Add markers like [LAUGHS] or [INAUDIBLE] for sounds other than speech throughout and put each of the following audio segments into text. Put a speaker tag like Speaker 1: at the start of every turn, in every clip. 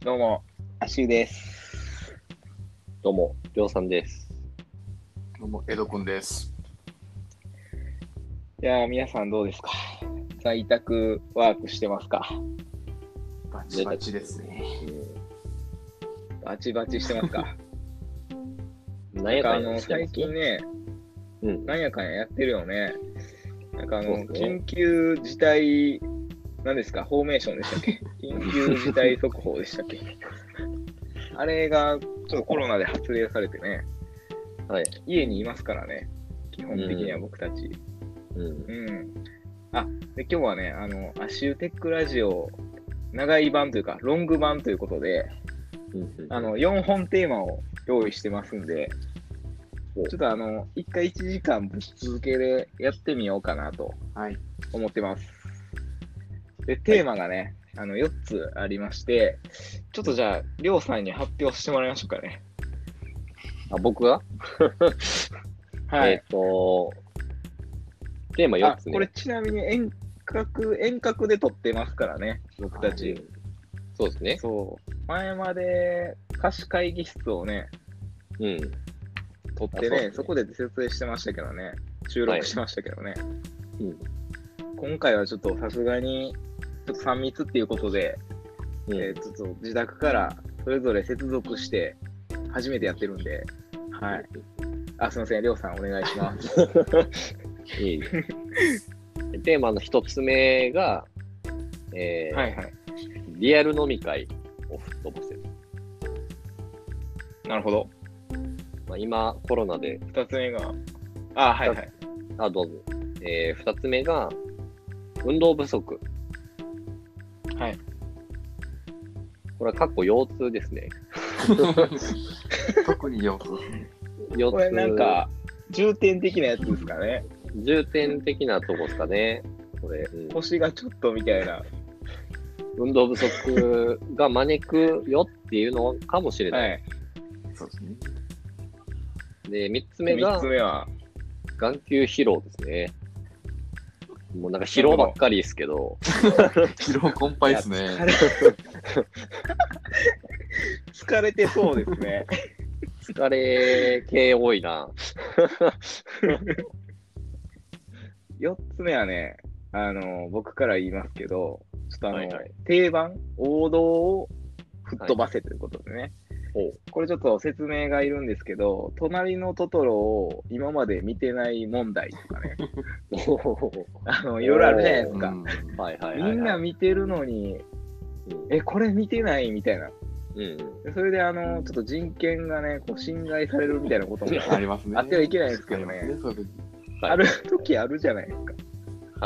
Speaker 1: どうも、
Speaker 2: アシュです。
Speaker 3: どうも、りょうさんです。
Speaker 4: どうも、江戸くんです。
Speaker 2: いやー、皆さんどうですか在宅ワークしてますか
Speaker 4: バチバチですね。
Speaker 2: バチバチしてます
Speaker 3: [LAUGHS]
Speaker 2: か
Speaker 3: なんやか
Speaker 2: あ
Speaker 3: んや
Speaker 2: の、
Speaker 3: してま
Speaker 2: 最
Speaker 3: す
Speaker 2: 近
Speaker 3: ね。
Speaker 2: ね、
Speaker 3: うん。
Speaker 2: なんやかんややってるよね。なんかあの、
Speaker 3: そうですね
Speaker 2: 緊急事態、なんですか、フォーメーションでしたっ
Speaker 3: [LAUGHS]
Speaker 2: け緊急事態速報でしたっけあれが、ちょっとコロナで発令されてね、
Speaker 3: はい。
Speaker 2: 家にいますからね、基本的には僕たち。
Speaker 3: うん。
Speaker 2: うん。あ、で、今日はね、あの、アシューテックラジオ、長い版というか、ロング版ということで、
Speaker 3: うん。
Speaker 2: あの、4本テーマを用意してますんで、ちょ
Speaker 3: お
Speaker 2: っとあの、1回1時間ぶっ続けでやってみようかなと
Speaker 4: はい。
Speaker 2: 思ってます。で、テーマがね、あの、4つありまして、ちょっとじゃあ、りょうさんに発表してもらいましょうかね。
Speaker 3: あ、僕が
Speaker 2: はい。
Speaker 3: えっと、テーマ4
Speaker 2: あ
Speaker 3: つね。
Speaker 2: これちなみに遠隔、遠隔で撮ってますからね、僕たち。
Speaker 3: うんそうですね。
Speaker 2: そう。前まで貸し会議室をね、
Speaker 3: うん。
Speaker 2: 取って
Speaker 3: あそう
Speaker 2: ね、
Speaker 3: で
Speaker 2: そ
Speaker 3: すね
Speaker 2: こで設営してましたけどね、収録してましたけどね、
Speaker 3: うん。
Speaker 2: 今回はちょっとさすがに、ちょっと3密っていうことで、
Speaker 3: うん
Speaker 2: えーちょっと自宅からそれぞれ接続して、初めてやってるんで、はい。あ、すいません、りょうさんお願いします。
Speaker 3: いいね。テーマの1つ目が、え
Speaker 2: [LAUGHS]
Speaker 3: ー
Speaker 2: はいはい。
Speaker 3: リアル飲み会を吹っ飛ばせる。
Speaker 2: なるほど。
Speaker 3: まあ、今、コロナで、
Speaker 2: 2つ目が、あ、はいはい。
Speaker 3: あ、どうぞ。え2つ目が、運動不足。
Speaker 2: はい。
Speaker 3: これは、かっこ腰痛ですね。
Speaker 4: 特によく。
Speaker 3: 腰痛
Speaker 2: これなんか、重点的なやつですかね。
Speaker 3: 重点的なとこですかね、これ。うん
Speaker 2: 腰がちょっとみたいな。
Speaker 3: 運動不足が招くよっていうのかもしれない。
Speaker 2: はい。
Speaker 4: そうですね。
Speaker 3: で、3つ目
Speaker 2: 3
Speaker 3: が
Speaker 2: つ、目は、
Speaker 3: 眼球疲労ですね。もうなんか疲労ばっかりですけど、
Speaker 4: 疲労困憊です
Speaker 2: いや
Speaker 4: ね。
Speaker 2: 疲れ疲れてそうですね。
Speaker 3: 疲れ系多いな。
Speaker 2: 4つ目はね、あの、僕から言いますけど、ちょっとあの、
Speaker 3: はいはい
Speaker 2: 定番、王道を吹っ飛ばせということでね。
Speaker 3: おう
Speaker 2: これちょっと説明がいるんですけど、隣のトトロを今まで見てない問題とか
Speaker 3: [LAUGHS]
Speaker 2: ね、あの、いろいろあるじゃないです
Speaker 4: う
Speaker 2: か。
Speaker 4: ん
Speaker 3: はいはいはい、はい。
Speaker 2: みんな見てるのに、
Speaker 3: うん、
Speaker 2: え、これ見てないみたいな。
Speaker 3: うん。
Speaker 2: でそれで、あの、ちょっと人権がね、こう侵害されるみたいなことも
Speaker 4: ありますね。
Speaker 2: あってはいけないですけどね
Speaker 4: ありますそういう時
Speaker 3: はい
Speaker 2: ある時あるじゃないですか。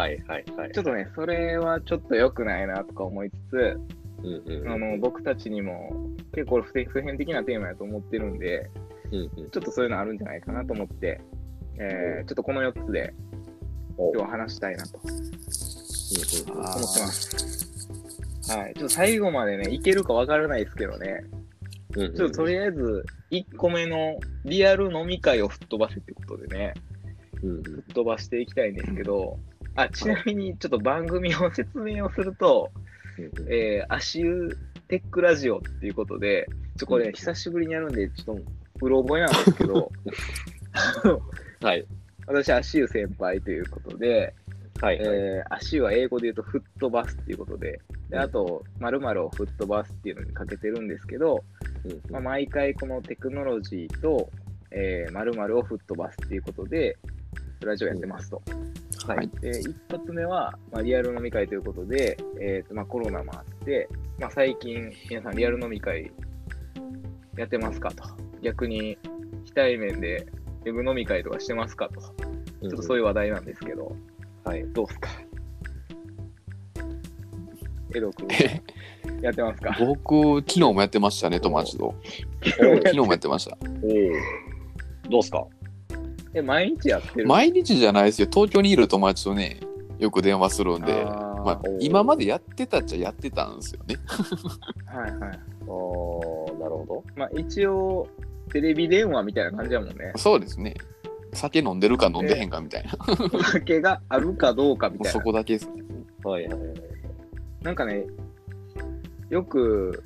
Speaker 3: はいはいはい。
Speaker 2: ちょっとね、それはちょっと良くないなとか思いつつ、
Speaker 3: うんうん、
Speaker 2: あの、僕たちにも結構普普遍的なテーマやと思ってるんで、
Speaker 3: うんうん、
Speaker 2: ちょっとそういうのあるんじゃないかなと思って、えーちょっとこの4つで
Speaker 3: お
Speaker 2: 今日は話したいなと思って
Speaker 3: うんうん
Speaker 4: あー
Speaker 2: ます。はい、ちょっと最後までね、いけるかわからないですけどね、
Speaker 3: うんうん
Speaker 2: ちょっととりあえず1個目のリアル飲み会を吹っ飛ばせってことでね、
Speaker 3: うんうん
Speaker 2: 吹っ飛ばしていきたいんですけど、あちなみにちょっと番組を説明をすると、
Speaker 3: うんうん
Speaker 2: えー、足湯テックラジオっていうことで、ちょこれ久しぶりにやるんで、ちょっとうろ覚えなんですけ [LAUGHS] ど、
Speaker 3: はい
Speaker 2: 私、足湯先輩ということで、
Speaker 3: はいはい。
Speaker 2: えー、足湯は英語で言うと、吹っ飛ばすっていうことで、であと、まるを吹っ飛ばすっていうのにかけてるんですけど、
Speaker 3: うんうん
Speaker 2: まあ、毎回このテクノロジーと、えー、まるを吹っ飛ばすっていうことで、ラジオやってますと。
Speaker 3: はい
Speaker 2: で一発目は、まあ、リアル飲み会ということで、えーとまあ、コロナもあって、まあ、最近皆さんリアル飲み会やってますかと逆に非対面でウェブ飲み会とかしてますかとちょっとそう
Speaker 3: い
Speaker 2: いう話題なんですけど、
Speaker 3: うん、はい、
Speaker 2: どうっすか江戸君
Speaker 4: え
Speaker 2: やってますか
Speaker 4: 僕、昨日もやってましたね、友達と。昨日もやってました。
Speaker 3: おおどうすか
Speaker 2: え毎日やってる
Speaker 4: 毎日じゃないですよ。東京にいる友達とね、よく電話するんで。
Speaker 2: あー
Speaker 4: まあ、今までやってたっちゃやってたんですよね。
Speaker 2: はいはい
Speaker 3: あーなるほど。
Speaker 2: まあ一応テレビ電話みたいな感じだもん
Speaker 4: [LAUGHS]
Speaker 2: ね
Speaker 4: そうですね。酒飲んでるか飲んでへんかみたいな。
Speaker 2: お酒があるかどうかみ
Speaker 4: もう
Speaker 2: たいな
Speaker 4: そこだけですね。
Speaker 3: はいはいはい。
Speaker 2: なんかね、よく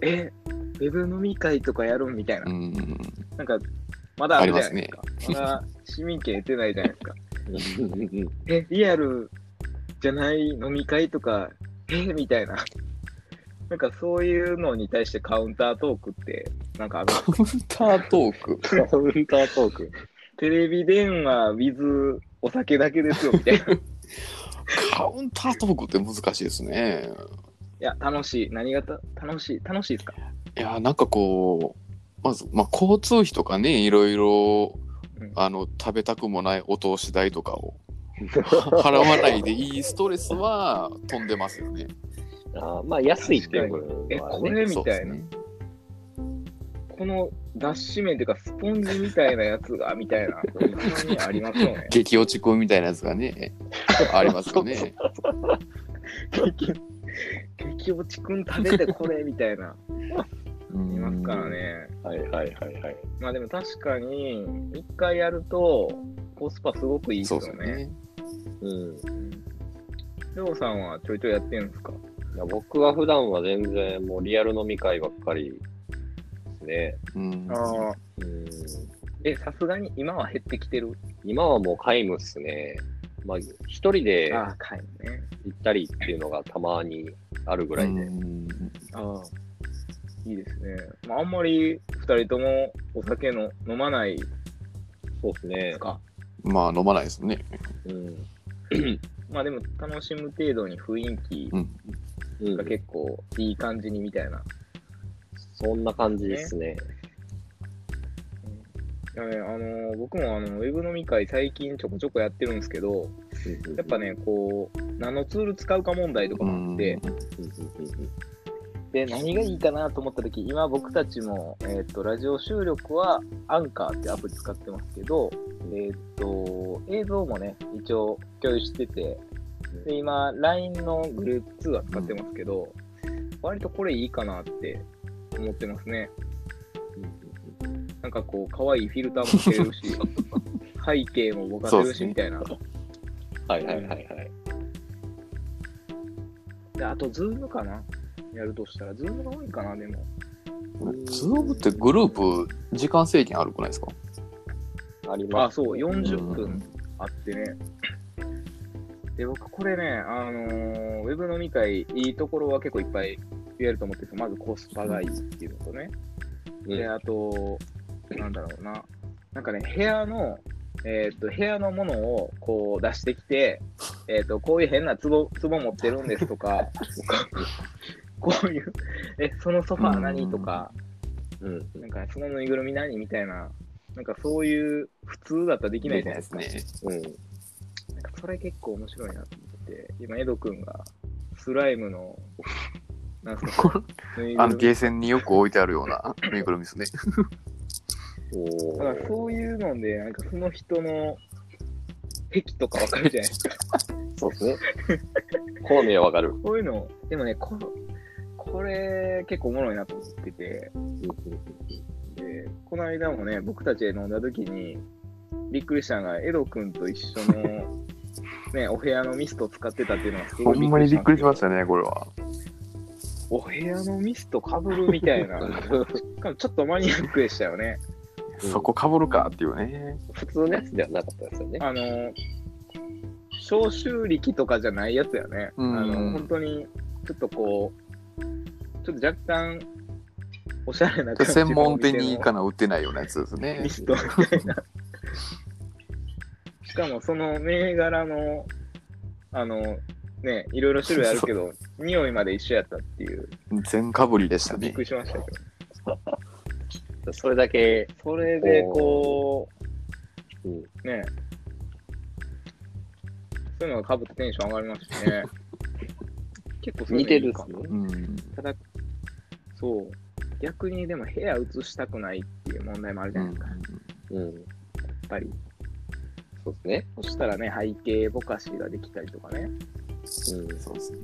Speaker 2: え、ウェブ飲み会とかやろうみたいな
Speaker 4: う。ん。 [LAUGHS]
Speaker 2: なんか、まだあるじゃない
Speaker 4: あり
Speaker 2: ですか。まだ市民権得てないじゃないですか。 [LAUGHS]
Speaker 3: うん
Speaker 2: え、リアルじゃない飲み会とか、えみたいな。 [LAUGHS] なんかそういうのに対してカウンタートークって、なんかある
Speaker 4: カウンタートーク。
Speaker 3: [LAUGHS] カウンタートー [LAUGHS] ク。
Speaker 2: テレビ電話 with お酒だけですよみたいな。い
Speaker 4: カウンタートークって難しいですね。
Speaker 2: や、楽しい。何がた楽しい楽しいですか
Speaker 4: いや、なんかこう、まず、まあ、交通費とかね、いろいろ
Speaker 2: うん、
Speaker 4: あの、食べたくもないお通し代とかを払わないでいいストレスは飛んでますよね。
Speaker 3: あーまあ、安いっていう
Speaker 2: え、
Speaker 3: は
Speaker 2: こ
Speaker 3: ね
Speaker 2: れみ
Speaker 4: そうで
Speaker 2: た
Speaker 4: す
Speaker 2: いな。
Speaker 4: ね。。
Speaker 2: この脱脂麺っていうか、スポンジみたいなやつが、みたいな。たまにありますよね
Speaker 4: 激落ち込みみたいなやつがね、ありますよね。
Speaker 2: 激激落ちくん食べてこれみたいな。 [LAUGHS] い
Speaker 4: い
Speaker 2: ますから。ね。
Speaker 3: はいはいはいはい。
Speaker 2: まあでも確かに、一回やると、コスパすごくいいです
Speaker 4: そ
Speaker 2: よ
Speaker 4: うです
Speaker 2: ね。
Speaker 4: ね。
Speaker 3: うん
Speaker 2: りょうさんはちょいちょいやってるんですか
Speaker 3: いや僕は普段は全然もうリアル飲み会ばっかりですね。
Speaker 4: うん。
Speaker 2: ああ。
Speaker 3: うん
Speaker 2: え、さすがに今は減ってきてる。
Speaker 3: 今はもう皆無っすね。まあ、一人で
Speaker 2: ああ、かいね。
Speaker 3: 行ったりっていうのがたまにあるぐらいで。
Speaker 4: うん
Speaker 2: ああ。いいですね。まああんまり二人ともお酒の飲まないで
Speaker 3: そうですね
Speaker 2: す。か。
Speaker 4: まあ、飲まないですね。
Speaker 3: うん。
Speaker 2: まあでも楽しむ程度に雰囲気
Speaker 4: うん。
Speaker 3: うん
Speaker 2: が結構いい感じにみたいな。
Speaker 3: そんな感じですね。
Speaker 2: いやね、あの僕もあのウェブ飲み会最近ちょこちょこやってるんですけど、やっぱ
Speaker 3: ね。
Speaker 2: ね、こう、何のツール使うか問題とかもあって、で、何がいいかなと思った時今僕たちも、えっ、と、ラジオ収録は、アンカーってアプリ使ってますけど、えっ、と、映像もね、一応共有してて、で、今、LINE のグループ通話使ってますけど、割とこれいいかなって思ってますね。なんかこう、可愛いフィルターもつけれるし、背景もぼかせるし、みたいな。
Speaker 3: はいはいはいはい。
Speaker 2: で、あと、ズームかなやるとしたら、ズームが多いかな、でも。
Speaker 4: ズームってグループ、時間制限あるくないですか
Speaker 3: ありま
Speaker 2: あ、
Speaker 3: す。
Speaker 2: そう、40
Speaker 4: う
Speaker 2: 分
Speaker 4: ん
Speaker 2: あってね。で、僕、これね、あのーウェブ飲み会、いいところは結構いっぱい言えると思ってて、まずコスパがいいっていうのとね、
Speaker 3: うん
Speaker 2: で、あと、なんだろうな、なんかね、部屋の、えーっと、部屋のものをこう出してきて、えーっと、こういう変な壺、壺持ってるんですとか、こういう、え、そのソファー何とか、
Speaker 3: うん。
Speaker 2: なんか、そのぬいぐるみ何みたいな、なんかそういう普通だったらできないじゃないですか。
Speaker 4: ね。
Speaker 3: うん。
Speaker 2: なんかそれ結構面白いなと思ってて、今、エド君がスライムの、なんすか、ぬいぐ
Speaker 4: あ
Speaker 2: る
Speaker 4: の、
Speaker 2: み
Speaker 4: ゲーセンによく置いてあるよ
Speaker 2: [LAUGHS]
Speaker 4: うなぬいぐるみですね。
Speaker 3: お
Speaker 2: だから
Speaker 3: ー
Speaker 2: そういうので、なんかその人の癖とかわかるじゃないですか。
Speaker 3: そうですね。好みはわかる。
Speaker 2: こういうの、でもね、ここれ結構おもろいなと思ってて、で、この間もね、僕たちで飲んだ時に、びっくりしたのが、エド君と一緒
Speaker 4: [LAUGHS]
Speaker 2: の、ね、お部屋のミストを使ってたっていうのはすごいね。
Speaker 4: ね、これは。
Speaker 2: お部屋のミストかぶるみたい
Speaker 4: [LAUGHS]
Speaker 2: な。しかもちょっとマニアックでしたよね。
Speaker 4: そこかぶるかっていうね。
Speaker 3: 普通のやつではなかったですよね。
Speaker 2: あの、消臭力とかじゃないやつやね。
Speaker 4: うん
Speaker 2: あの、本当に、ちょっとこう、ちょっと若干、おしゃれな感じの
Speaker 4: 専門店に行かな売ってないようなやつです
Speaker 2: お店の
Speaker 4: ね
Speaker 2: [LAUGHS] ミ。ス
Speaker 3: [LAUGHS]
Speaker 2: トみたいな。しかも、その銘柄の、あの、ね、いろいろ種類あるけど、匂いまで一緒やったっていう、
Speaker 4: 全かぶりでした
Speaker 2: びっ
Speaker 4: ね
Speaker 2: く。りしましたけど。
Speaker 3: それだけ、
Speaker 2: それで、こう、
Speaker 3: うん
Speaker 2: ねそういうのがかぶってテンション上がりますし
Speaker 3: [LAUGHS]
Speaker 2: ね。結構そういう
Speaker 3: 似
Speaker 2: のい
Speaker 3: て
Speaker 2: い
Speaker 3: る
Speaker 2: か
Speaker 3: っ
Speaker 2: も
Speaker 3: すね。
Speaker 4: うん。
Speaker 2: ただ、そう。逆にでも部屋移したくないっていう問題もあるじ
Speaker 4: う
Speaker 2: ゃない
Speaker 4: ん
Speaker 2: ですか、や
Speaker 3: うん。
Speaker 2: っぱり。
Speaker 3: そうで
Speaker 2: そしたらね、背景ぼかしができたりとかね。
Speaker 3: すね。
Speaker 4: そうですね。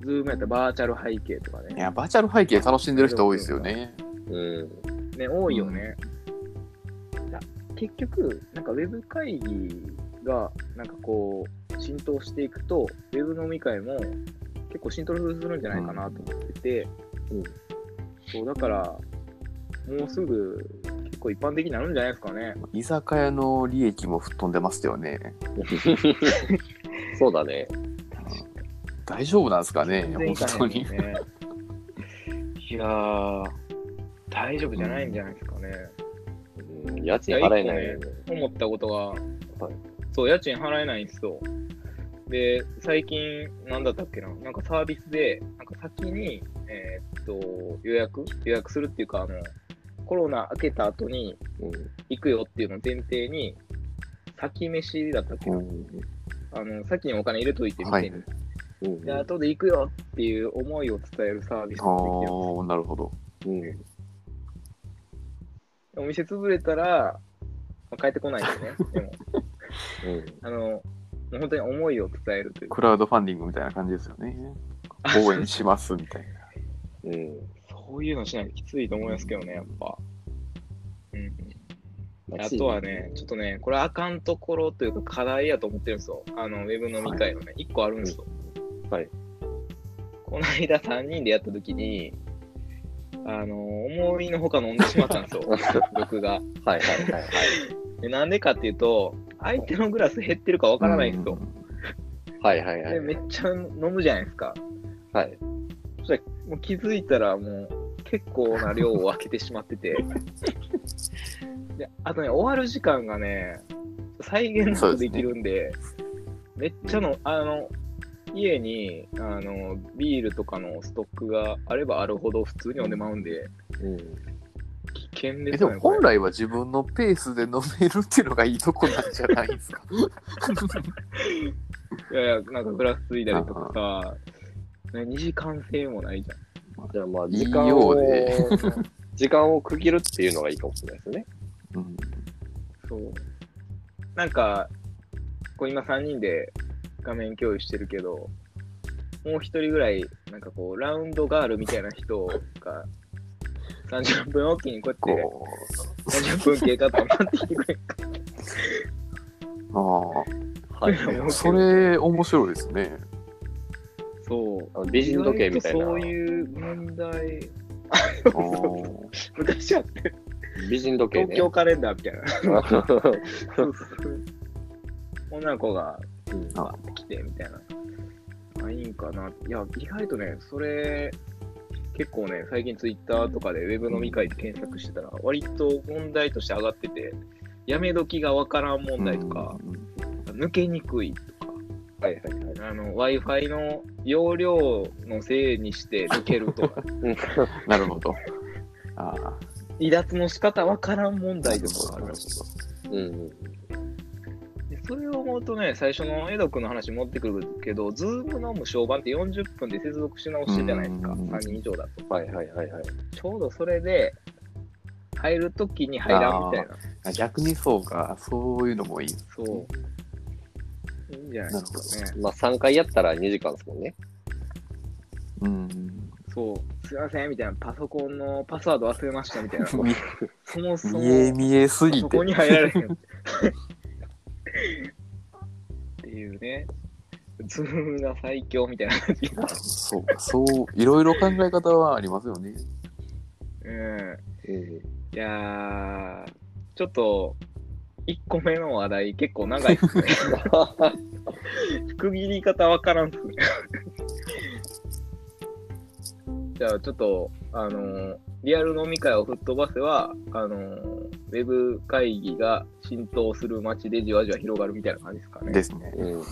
Speaker 2: ズームやったらバーチャル背景とか
Speaker 4: い
Speaker 2: ね。
Speaker 4: や、バーチャル背景楽しんでる人多いですよね。
Speaker 3: うん。うん。
Speaker 2: ね、多いよね。だ結局、なんかウェブ会議が、なんかこう、浸透していくと、ウェブ飲み会も、結構シントロするんじゃないかなと思ってて、
Speaker 3: うん
Speaker 2: そうだからもうすぐ結構一般的になるんじゃないですかね。
Speaker 4: 居酒屋の利益も吹っ飛んでますよね。
Speaker 3: そうだね。
Speaker 4: 大丈夫なんですかね、
Speaker 2: 全然
Speaker 4: 本
Speaker 2: いか
Speaker 4: 当
Speaker 2: ないで
Speaker 4: に
Speaker 2: す。ね。 [LAUGHS] いやー、大丈夫じゃないんじゃないですかね。
Speaker 3: うん家賃払えないよね。
Speaker 2: 思ったことが、
Speaker 3: はい
Speaker 2: そう、家賃払えないんですよ。で、最近、なんだったっけな、なんかサービスで、なんか先に、えーっと、予約予約するっていうか、あの、コロナ明けた後に行くよっていうのを前提に、先飯だったっけ
Speaker 3: うん。
Speaker 2: あの、先にお金入れといて
Speaker 4: は
Speaker 2: 店
Speaker 4: い
Speaker 2: に。
Speaker 3: うん。
Speaker 2: で、後で行くよっていう思いを伝えるサービス
Speaker 4: あ
Speaker 2: ができるんです
Speaker 4: あ、なるほど。
Speaker 3: うん。
Speaker 2: お店潰れたら、まあ帰ってこないんですね。でも、
Speaker 3: うん
Speaker 2: あの、もう本当に思いを伝えるというか
Speaker 4: クラウドファンディングみたいな感じですよね。応援しますみたい
Speaker 3: う
Speaker 4: な。
Speaker 3: ん。
Speaker 2: そういうのしないときついと思いますけどね、やっぱ。うん、
Speaker 3: ま
Speaker 2: あとはね、、ちょっとね、これあかんところというか課題やと思ってるんですよ。あの、ウェブ飲み会のね、1個あるんですよ。
Speaker 3: はい。
Speaker 2: この間3人でやったときに、あの、思いのほか飲んでしまったんですよ、僕が。
Speaker 3: はいはいはい
Speaker 2: でなんでかっていうと、相手のグラス減ってるかわからないんですよ。
Speaker 3: はい。はいはいは
Speaker 2: で、
Speaker 3: い。
Speaker 2: めっちゃ飲むじゃないですか。
Speaker 3: はい。
Speaker 2: そしたらもう気づいたらもう結構な量を開けてしまって
Speaker 4: [LAUGHS]
Speaker 2: てであとね終わる時間がね再現なくできるんでめっちゃのあの家にあのビールとかのストックがあればあるほど普通に飲んでまうんで
Speaker 3: うん。
Speaker 2: 危険で
Speaker 4: え
Speaker 2: す
Speaker 4: で
Speaker 2: よね
Speaker 4: も
Speaker 2: これ
Speaker 4: 本来は自分のペースで飲めるっていうのがいいとこなんじゃないです
Speaker 2: [LAUGHS]
Speaker 4: か。
Speaker 2: いやいやなんかグラスついたりとかさ2時間制もないじゃん
Speaker 3: じゃあまあ、
Speaker 4: いい
Speaker 3: 時間
Speaker 4: よ
Speaker 3: を
Speaker 4: う
Speaker 3: [LAUGHS]
Speaker 4: で、
Speaker 3: 時間を区切るっていうのがいいかもしれないですね。
Speaker 4: うん
Speaker 2: そう。なんか、こう今3人で画面共有してるけど、もう1人ぐらい、なんかこう、ラウンドガールみたいな人が、30分おきにこうやって、
Speaker 4: こ
Speaker 2: 30分経過とか待ってきてくれんか。
Speaker 4: う、あ
Speaker 3: はい。
Speaker 4: あ、それ面白いですね。
Speaker 2: [LAUGHS] そう。
Speaker 3: あの美人時計みたいな
Speaker 2: 意外とそういう問題、
Speaker 4: あー
Speaker 2: 昔は
Speaker 3: 美人時計
Speaker 2: 東
Speaker 3: ね。
Speaker 2: 京カレンダーみたいな。
Speaker 3: うん
Speaker 2: [LAUGHS] 女の子が来てみたいな。あ、いいんかな。いや、意外とね、それ、結構ね、最近ツイッターとかでウェブ飲み会で検索してたら、割と問題として上がってて、やめ時がわからん問題とか、
Speaker 4: うん
Speaker 2: 抜けにくいとか、
Speaker 3: はいはいはい。
Speaker 2: あの、Wi-Fi の容量のせいにして抜ける
Speaker 4: [LAUGHS]
Speaker 2: とか、
Speaker 3: [LAUGHS] うん
Speaker 4: なるほど。ああ、
Speaker 2: 離脱の仕方わからん問題とかがあるらしい
Speaker 3: うん。
Speaker 2: でそれを思うとね、最初のエド君の話に持ってくるけど、ズームの無償版って40分で接続し直してじゃないですか、
Speaker 4: うん
Speaker 2: 3人以上だと。
Speaker 3: はいはいはいはい。
Speaker 2: ちょうどそれで、入るときに入らんみたいな。
Speaker 4: あ逆にそうか、そういうのもいい。
Speaker 2: そう。いいんじゃないですかね。
Speaker 3: まあ3回やったら2時間ですもんね。
Speaker 4: うん。
Speaker 2: そう。すいません、みたいな。パソコンのパスワード忘れました、みたいな。 [LAUGHS] そ
Speaker 4: [LAUGHS] 見
Speaker 2: もそも
Speaker 4: 見、え見えすぎ
Speaker 2: そ
Speaker 4: て
Speaker 2: こ。に入られへん。っていうね。ズームが最強みたいな感じ。
Speaker 4: そうか、そう、いろいろ考え方はありますよね。
Speaker 2: うん。
Speaker 3: うん。
Speaker 2: いやー、ちょっと、1個目の話題結構長いですね。区切り方わからんっすね。 [LAUGHS] じゃあちょっと、あのーリアル飲み会を吹っ飛ばせは、あのーウェブ会議が浸透する街でじわじわ広がるみたいな感じですかね。
Speaker 4: ですね。
Speaker 3: うん。
Speaker 2: じ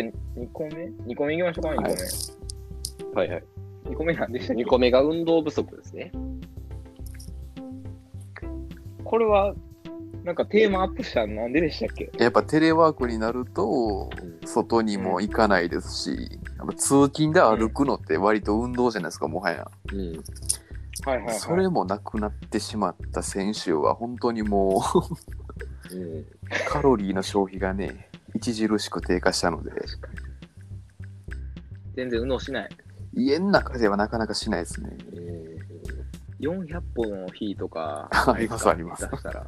Speaker 2: ゃあ2個目 ?2 個目行きましょうか、2個目。
Speaker 4: はい
Speaker 3: はいはい。
Speaker 2: 2個目なんでしたっけ
Speaker 3: 2個目が運動不足ですね。
Speaker 2: これは、なんかテーマアップしたのなんででしたっけ
Speaker 4: やっぱテレワークになると、外にも行かないですし、やっぱ通勤で歩くのって割と運動じゃないですか、もはや。
Speaker 3: うん。
Speaker 2: はいはいはい。
Speaker 4: それもなくなってしまった先週は、本当にもう、
Speaker 3: うん。
Speaker 4: カロリーの消費がね、著しく低下したので、
Speaker 2: 全然運動しない。
Speaker 4: 家の中ではなかなかしないですね。、
Speaker 3: うん
Speaker 2: 400本の日とか
Speaker 4: [LAUGHS] ありますあります
Speaker 2: 出したら。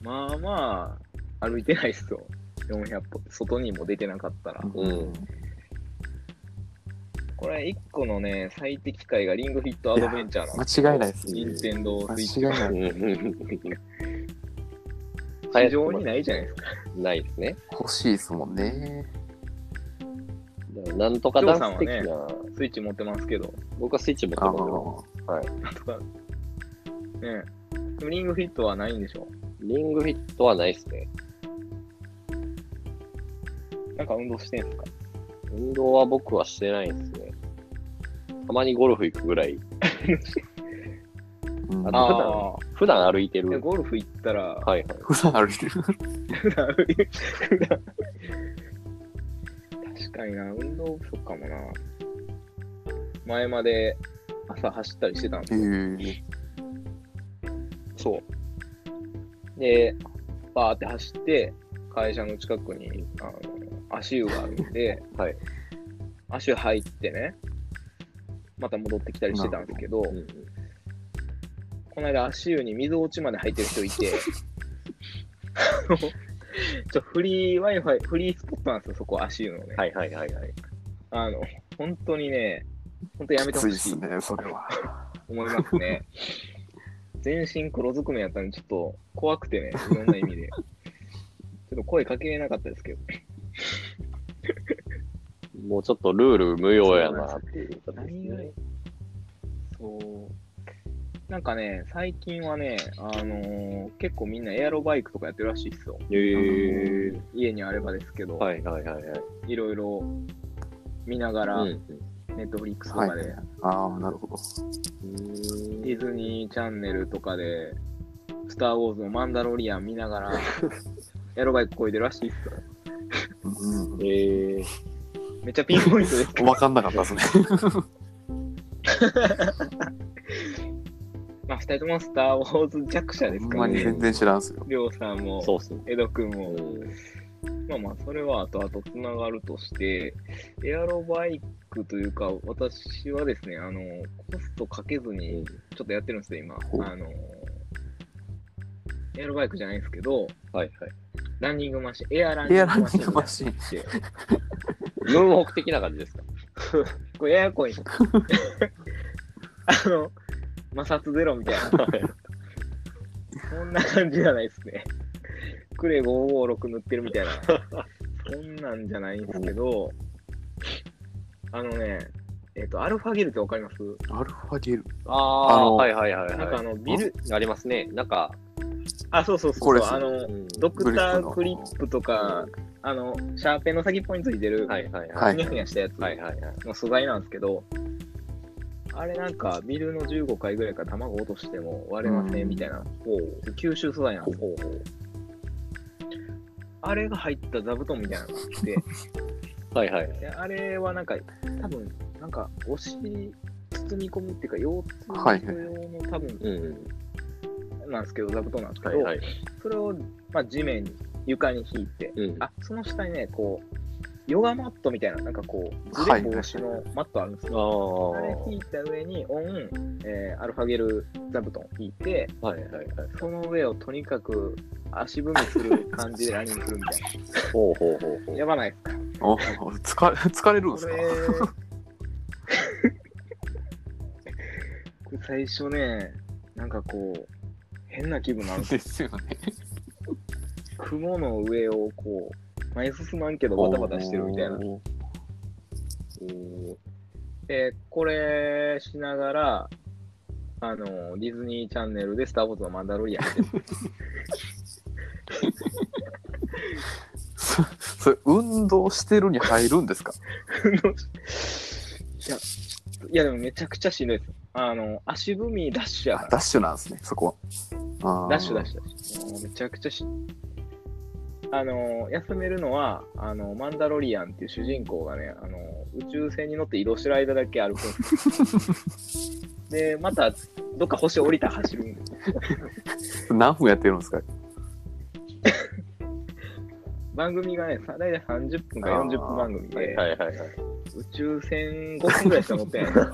Speaker 2: まあまあ、歩いてないっすよ。 400歩外にも出てなかったら、
Speaker 3: うん
Speaker 2: これ1個のね最適解がリングフィットアドベンチャーなんです
Speaker 4: 間違いないですね。
Speaker 2: 任天堂スイッチ
Speaker 4: 間違いない。
Speaker 2: 非常にないじゃないですか
Speaker 3: ないですね。
Speaker 4: 欲しいですもんね。
Speaker 3: だからなんとかダンス的な、
Speaker 2: スイッチ持ってますけど
Speaker 3: 僕はスイッチ持って
Speaker 4: あ
Speaker 3: ますよ。
Speaker 4: の
Speaker 2: なんとかねえでもリングフィットはないんでしょ
Speaker 3: リングフィットはないですね。
Speaker 2: なんか運動してんすか
Speaker 3: 運動は僕はしてないですね。たまにゴルフ行くぐらい。
Speaker 4: うん
Speaker 3: あ普段歩いてる。
Speaker 2: で
Speaker 3: はい
Speaker 2: ゴルフ行ったら、
Speaker 3: はい。
Speaker 4: 普段歩いてる。
Speaker 2: 普段普段確かにな運動不足かもな前まで朝走ったりしてたんです
Speaker 4: えー
Speaker 2: そう。で、バーって走って、会社の近くにあの足湯があるんで、
Speaker 3: [LAUGHS] はい
Speaker 2: 足湯入ってね、また戻ってきたりしてたんですけど、
Speaker 3: うんうん
Speaker 2: この間足湯に水落ちまで入ってる人いて、あのちょフリー Wi-Fi、フリースポットなんですよ、そこ足湯のね。
Speaker 3: はいはいはいはい。
Speaker 2: あの本当にね、本当やめて
Speaker 4: きつ
Speaker 2: ほ
Speaker 4: いで
Speaker 2: し
Speaker 4: す
Speaker 2: い。
Speaker 4: ね、それは。
Speaker 2: 思いますね。全身黒ずくめやったんで、ちょっと怖くてね、いろんな意味
Speaker 3: [LAUGHS]
Speaker 2: で。ちょっと声かけれなかったですけど、
Speaker 3: もうちょっとルール無用やなっていうことです
Speaker 2: 何が
Speaker 3: ね。
Speaker 2: そう。なんかね、最近はね、あのー結構みんなエアロバイクとかやってるらしいですよ。
Speaker 3: へえ
Speaker 2: 家にあればですけど、
Speaker 3: はいはいはいはい。
Speaker 2: い、ろいろ見ながら、
Speaker 3: うん
Speaker 2: ネットフリックスと
Speaker 4: はい
Speaker 2: かで、。
Speaker 4: ああ、なるほど。
Speaker 3: うん
Speaker 2: ディズニーチャンネルとかで、スター・ウォーズのマンダロリアン見なが
Speaker 3: [LAUGHS]
Speaker 2: ら、エアロバイクこいでるらしいっすよ。
Speaker 4: う
Speaker 3: え
Speaker 4: ん
Speaker 3: ー、
Speaker 2: めっちゃピンポイントですけど
Speaker 4: [LAUGHS] うん。わかんなかったですね。
Speaker 2: まあ、2人ともスター・ウォーズ弱者で
Speaker 4: ほ
Speaker 2: す
Speaker 4: ん
Speaker 2: か
Speaker 4: ま
Speaker 2: ら
Speaker 4: に
Speaker 2: ね。
Speaker 4: 全然知らんすよ。
Speaker 2: りょうさんも、
Speaker 3: そうっすね。
Speaker 2: 江戸君
Speaker 3: う
Speaker 2: も。
Speaker 3: ん
Speaker 2: まあまあ、それは後々つながるとして、エアロバイクというか、私はですね、あの、コストかけず
Speaker 3: う
Speaker 2: に
Speaker 3: ん、
Speaker 2: ちょっとやってるんですよ、今
Speaker 4: ほ。う
Speaker 2: あの、エアロバイクじゃないですけど、
Speaker 3: はいはい。
Speaker 2: ランニングマシン、エアランニ
Speaker 4: エア
Speaker 2: ン
Speaker 4: ラ
Speaker 2: グ
Speaker 4: ン
Speaker 2: マシ
Speaker 4: ニ
Speaker 2: ン
Speaker 4: ングマシン。
Speaker 2: って、
Speaker 3: ムーンウォーク的な感じ [LAUGHS] ですか
Speaker 2: これややこいん [LAUGHS] あの、摩擦ゼロみたいな。そんな感じじゃないですね。クレ556塗ってるみたいな。そんなんじゃないんですけど、あのね、えっ、と、アルファゲルってわかります
Speaker 4: アルファゲル。
Speaker 3: ああ
Speaker 4: あの
Speaker 3: はいはいはい、はい。
Speaker 2: なんかあの、ビル、
Speaker 3: ありますね。なんか、
Speaker 2: あ、そうそうそ
Speaker 4: こ
Speaker 2: う
Speaker 4: れ
Speaker 2: そう、
Speaker 4: です
Speaker 2: あの、
Speaker 3: うん
Speaker 2: ドクタークリップとか、あの、シャーペンの先っぽについてる、
Speaker 3: はいはいは。
Speaker 4: はい
Speaker 2: ふにゃふにゃしたやつ
Speaker 3: はいはいはい。
Speaker 2: の素材なんですけど、あれなんか、ビルの15回ぐらいから卵落としても割れませんみたいな、吸収素材なんですよ。あれが入った座布団みたいなのがあ
Speaker 4: [LAUGHS]
Speaker 2: って、
Speaker 3: はいはい。
Speaker 2: であれはなんか、多分なんか、お尻包み込むっていうか、腰
Speaker 4: はい
Speaker 2: 痛用の多分
Speaker 3: うん。
Speaker 2: なんですけど、座布団なんですけ
Speaker 3: は
Speaker 2: ど、
Speaker 3: いはい。
Speaker 2: それを、まあ、地面に、床に引いて、
Speaker 3: うん。
Speaker 2: あその下にね、こう、ヨガマットみたいな、なんかこう、ず
Speaker 4: は
Speaker 2: れ
Speaker 4: い
Speaker 2: 防止のマットあるんです
Speaker 3: あ
Speaker 2: よ。
Speaker 3: あ。
Speaker 2: あ
Speaker 3: は
Speaker 2: れ引いた上に、オン、えーアルファゲル座布団引いて、
Speaker 3: いはいはい。
Speaker 2: その上をとにかく足踏みする感じでランニングするみたい
Speaker 3: ほうほうほうほ
Speaker 2: な。
Speaker 3: う。
Speaker 2: やばないですか
Speaker 4: お疲れ疲れるんで
Speaker 2: こ
Speaker 4: すか
Speaker 2: れ、これ最初ね、なんかこう、変な気分なんですよ。
Speaker 4: ですよね。
Speaker 2: 雲の上をこう、前進まんけどバタバタしてるみたいな。
Speaker 4: おー
Speaker 3: うん
Speaker 2: で、これしながら、あの、ディズニーチャンネルでスター・ウォーズのマンダロリアン見てる
Speaker 4: そそれ運動してるに入るんですか
Speaker 2: [LAUGHS] いや、いやでもめちゃくちゃしんどいです。あの、足踏みダッシュや
Speaker 4: あ
Speaker 2: から。
Speaker 4: ダッシュなんですね、そこは。あー
Speaker 2: ダッシュダッシュダッシュ。もうめちゃくちゃし。あのー、休めるのは、あのー、マンダロリアンっていう主人公がね、あのー、宇宙船に乗って移動してる間だけ歩くん
Speaker 4: [LAUGHS]
Speaker 2: ですよで、また、どっか星降りたら走るんです。
Speaker 4: 何分やってるんですか
Speaker 2: 番組がね、さ大体30分か40分番組
Speaker 3: はい
Speaker 2: で、
Speaker 3: はいはいはい。
Speaker 2: 宇宙船5分ぐらいしか乗ってない。
Speaker 4: [LAUGHS]
Speaker 2: な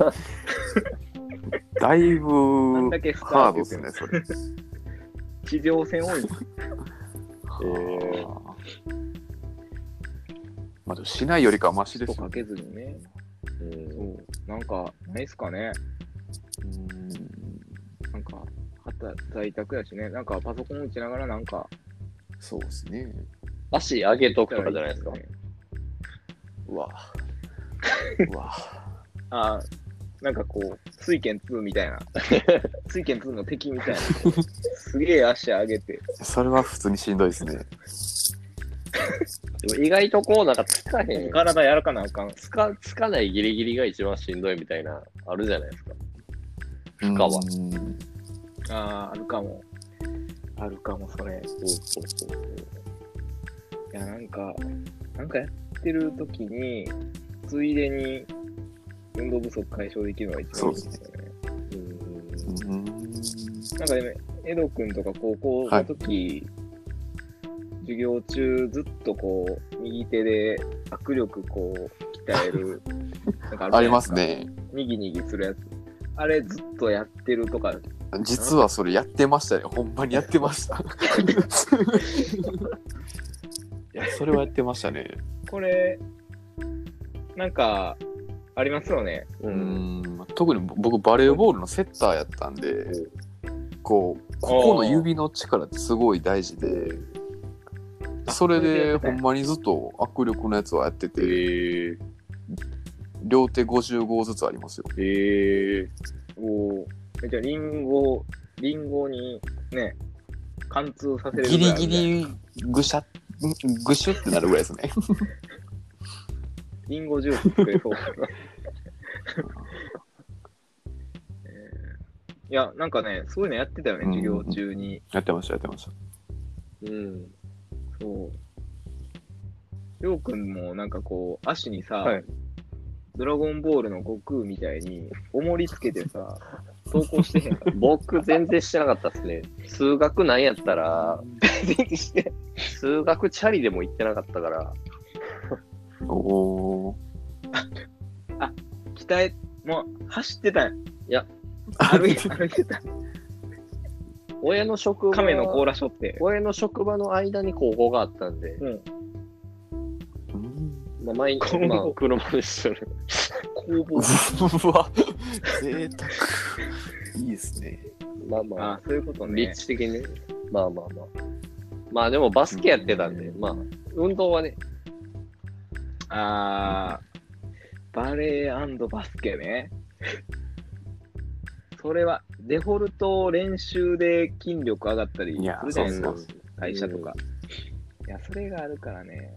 Speaker 4: だいぶ
Speaker 2: んだけスター
Speaker 4: ハー
Speaker 2: っ
Speaker 4: ド
Speaker 2: て言
Speaker 4: で
Speaker 2: って
Speaker 4: す
Speaker 2: るん
Speaker 4: ね、
Speaker 2: です
Speaker 4: それ。
Speaker 2: 地上船多いんです。
Speaker 3: えー
Speaker 4: はまあでもしないよりかはマシです
Speaker 2: と
Speaker 4: よ
Speaker 2: かけ
Speaker 4: ね。
Speaker 2: ずにね。
Speaker 3: うん
Speaker 2: そう。なんか、ないっすかね。なんか、はた在宅やしね。なんか、パソコン打ちながら、なんか、
Speaker 4: そうですね。
Speaker 3: 足上げとくとかじゃないですか。
Speaker 2: ね
Speaker 4: うわ。
Speaker 2: [LAUGHS]
Speaker 4: うわ。
Speaker 2: ああ、なんかこう、水拳2みた
Speaker 3: [LAUGHS]
Speaker 2: いな。水拳2の敵みたいな。すげえ足上げて。
Speaker 4: それは普通にしんどいですね。
Speaker 3: でも意外とこう、なんかつかへん。
Speaker 2: 体やらかなあかん。
Speaker 3: つか、つかないギリギリが一番しんどいみたいな、あるじゃないですか。
Speaker 4: うん
Speaker 3: かは
Speaker 2: ああ、あるかも。あるかも、それ。
Speaker 3: そうそうそう。
Speaker 2: いや、なんか、なんかやってる時に、ついでに、運動不足解消できるのが一番いいですよね。
Speaker 3: うん。
Speaker 4: うん
Speaker 2: なんかね、エド君とか高校の時、授業中ずっとこう、右手で握力こう、鍛え
Speaker 4: [LAUGHS]
Speaker 2: る、なんかるじゃないですか
Speaker 4: あります。ね。
Speaker 2: にぎにぎするやつ。あれずっとやってるとか、
Speaker 4: 実はそれやってましたね。ほんまにやってました。 [LAUGHS] いや、それはやってましたね。
Speaker 2: これ、なんか、ありますよね。
Speaker 3: う。
Speaker 4: うんん。特に僕、バレーボールのセッターやったんで、こう、ここの指の力ってすごい大事で、それでほんまにずっと握力のやつはやって
Speaker 3: え
Speaker 4: て、両手55ずつありますよ。
Speaker 3: ええ
Speaker 2: おーじゃあ、リンゴ、リンゴにね、貫通させる
Speaker 4: ギ
Speaker 2: ぐらいあ
Speaker 4: リ
Speaker 2: る
Speaker 4: ギ
Speaker 2: みたいな。
Speaker 4: リぐしゃぐしゅってなるぐらいですね。
Speaker 2: リンゴジュース作れそう。 [LAUGHS] えーいや、なんかね、そういうのやってたよね、
Speaker 4: うん
Speaker 2: 授業中に。
Speaker 4: [LAUGHS] やってました、やってました。
Speaker 3: うん。
Speaker 2: そう。りょうくんもなんかこう、足にさ、
Speaker 3: はい
Speaker 2: ドラゴンボールの悟空みたいに、重りつけてさ、投稿してへんか
Speaker 3: 僕、全然してなかったですね。数学なんやったら、
Speaker 2: ら。 [LAUGHS] して
Speaker 3: 数学チャリでも行ってなかったから、
Speaker 4: おお
Speaker 2: 鍛え、もう、走ってたん
Speaker 3: いや、
Speaker 2: 歩い歩いて [LAUGHS] た。
Speaker 3: 親の職場、
Speaker 2: 亀の甲羅しょって。
Speaker 3: 親の職場の間に高校があったんで、
Speaker 2: うん。
Speaker 4: ー。うん
Speaker 3: まあ、毎日、
Speaker 2: 工房
Speaker 3: まあ、車ですよね。
Speaker 2: 工房。
Speaker 4: うわ、贅沢。いいですね。
Speaker 3: まあまあ、
Speaker 2: ああ、そういうことね。
Speaker 3: 立地的にね。まあまあまあ。まあでもバスケやってたんで、
Speaker 4: うん
Speaker 3: まあ、運動はね、
Speaker 2: あー、バレーバスケね。それは、デフォルト練習で筋力上がったりす
Speaker 4: いや
Speaker 2: るじゃないです
Speaker 4: そ
Speaker 2: か
Speaker 4: うそ、
Speaker 2: 会社とか。いや、それがあるからね。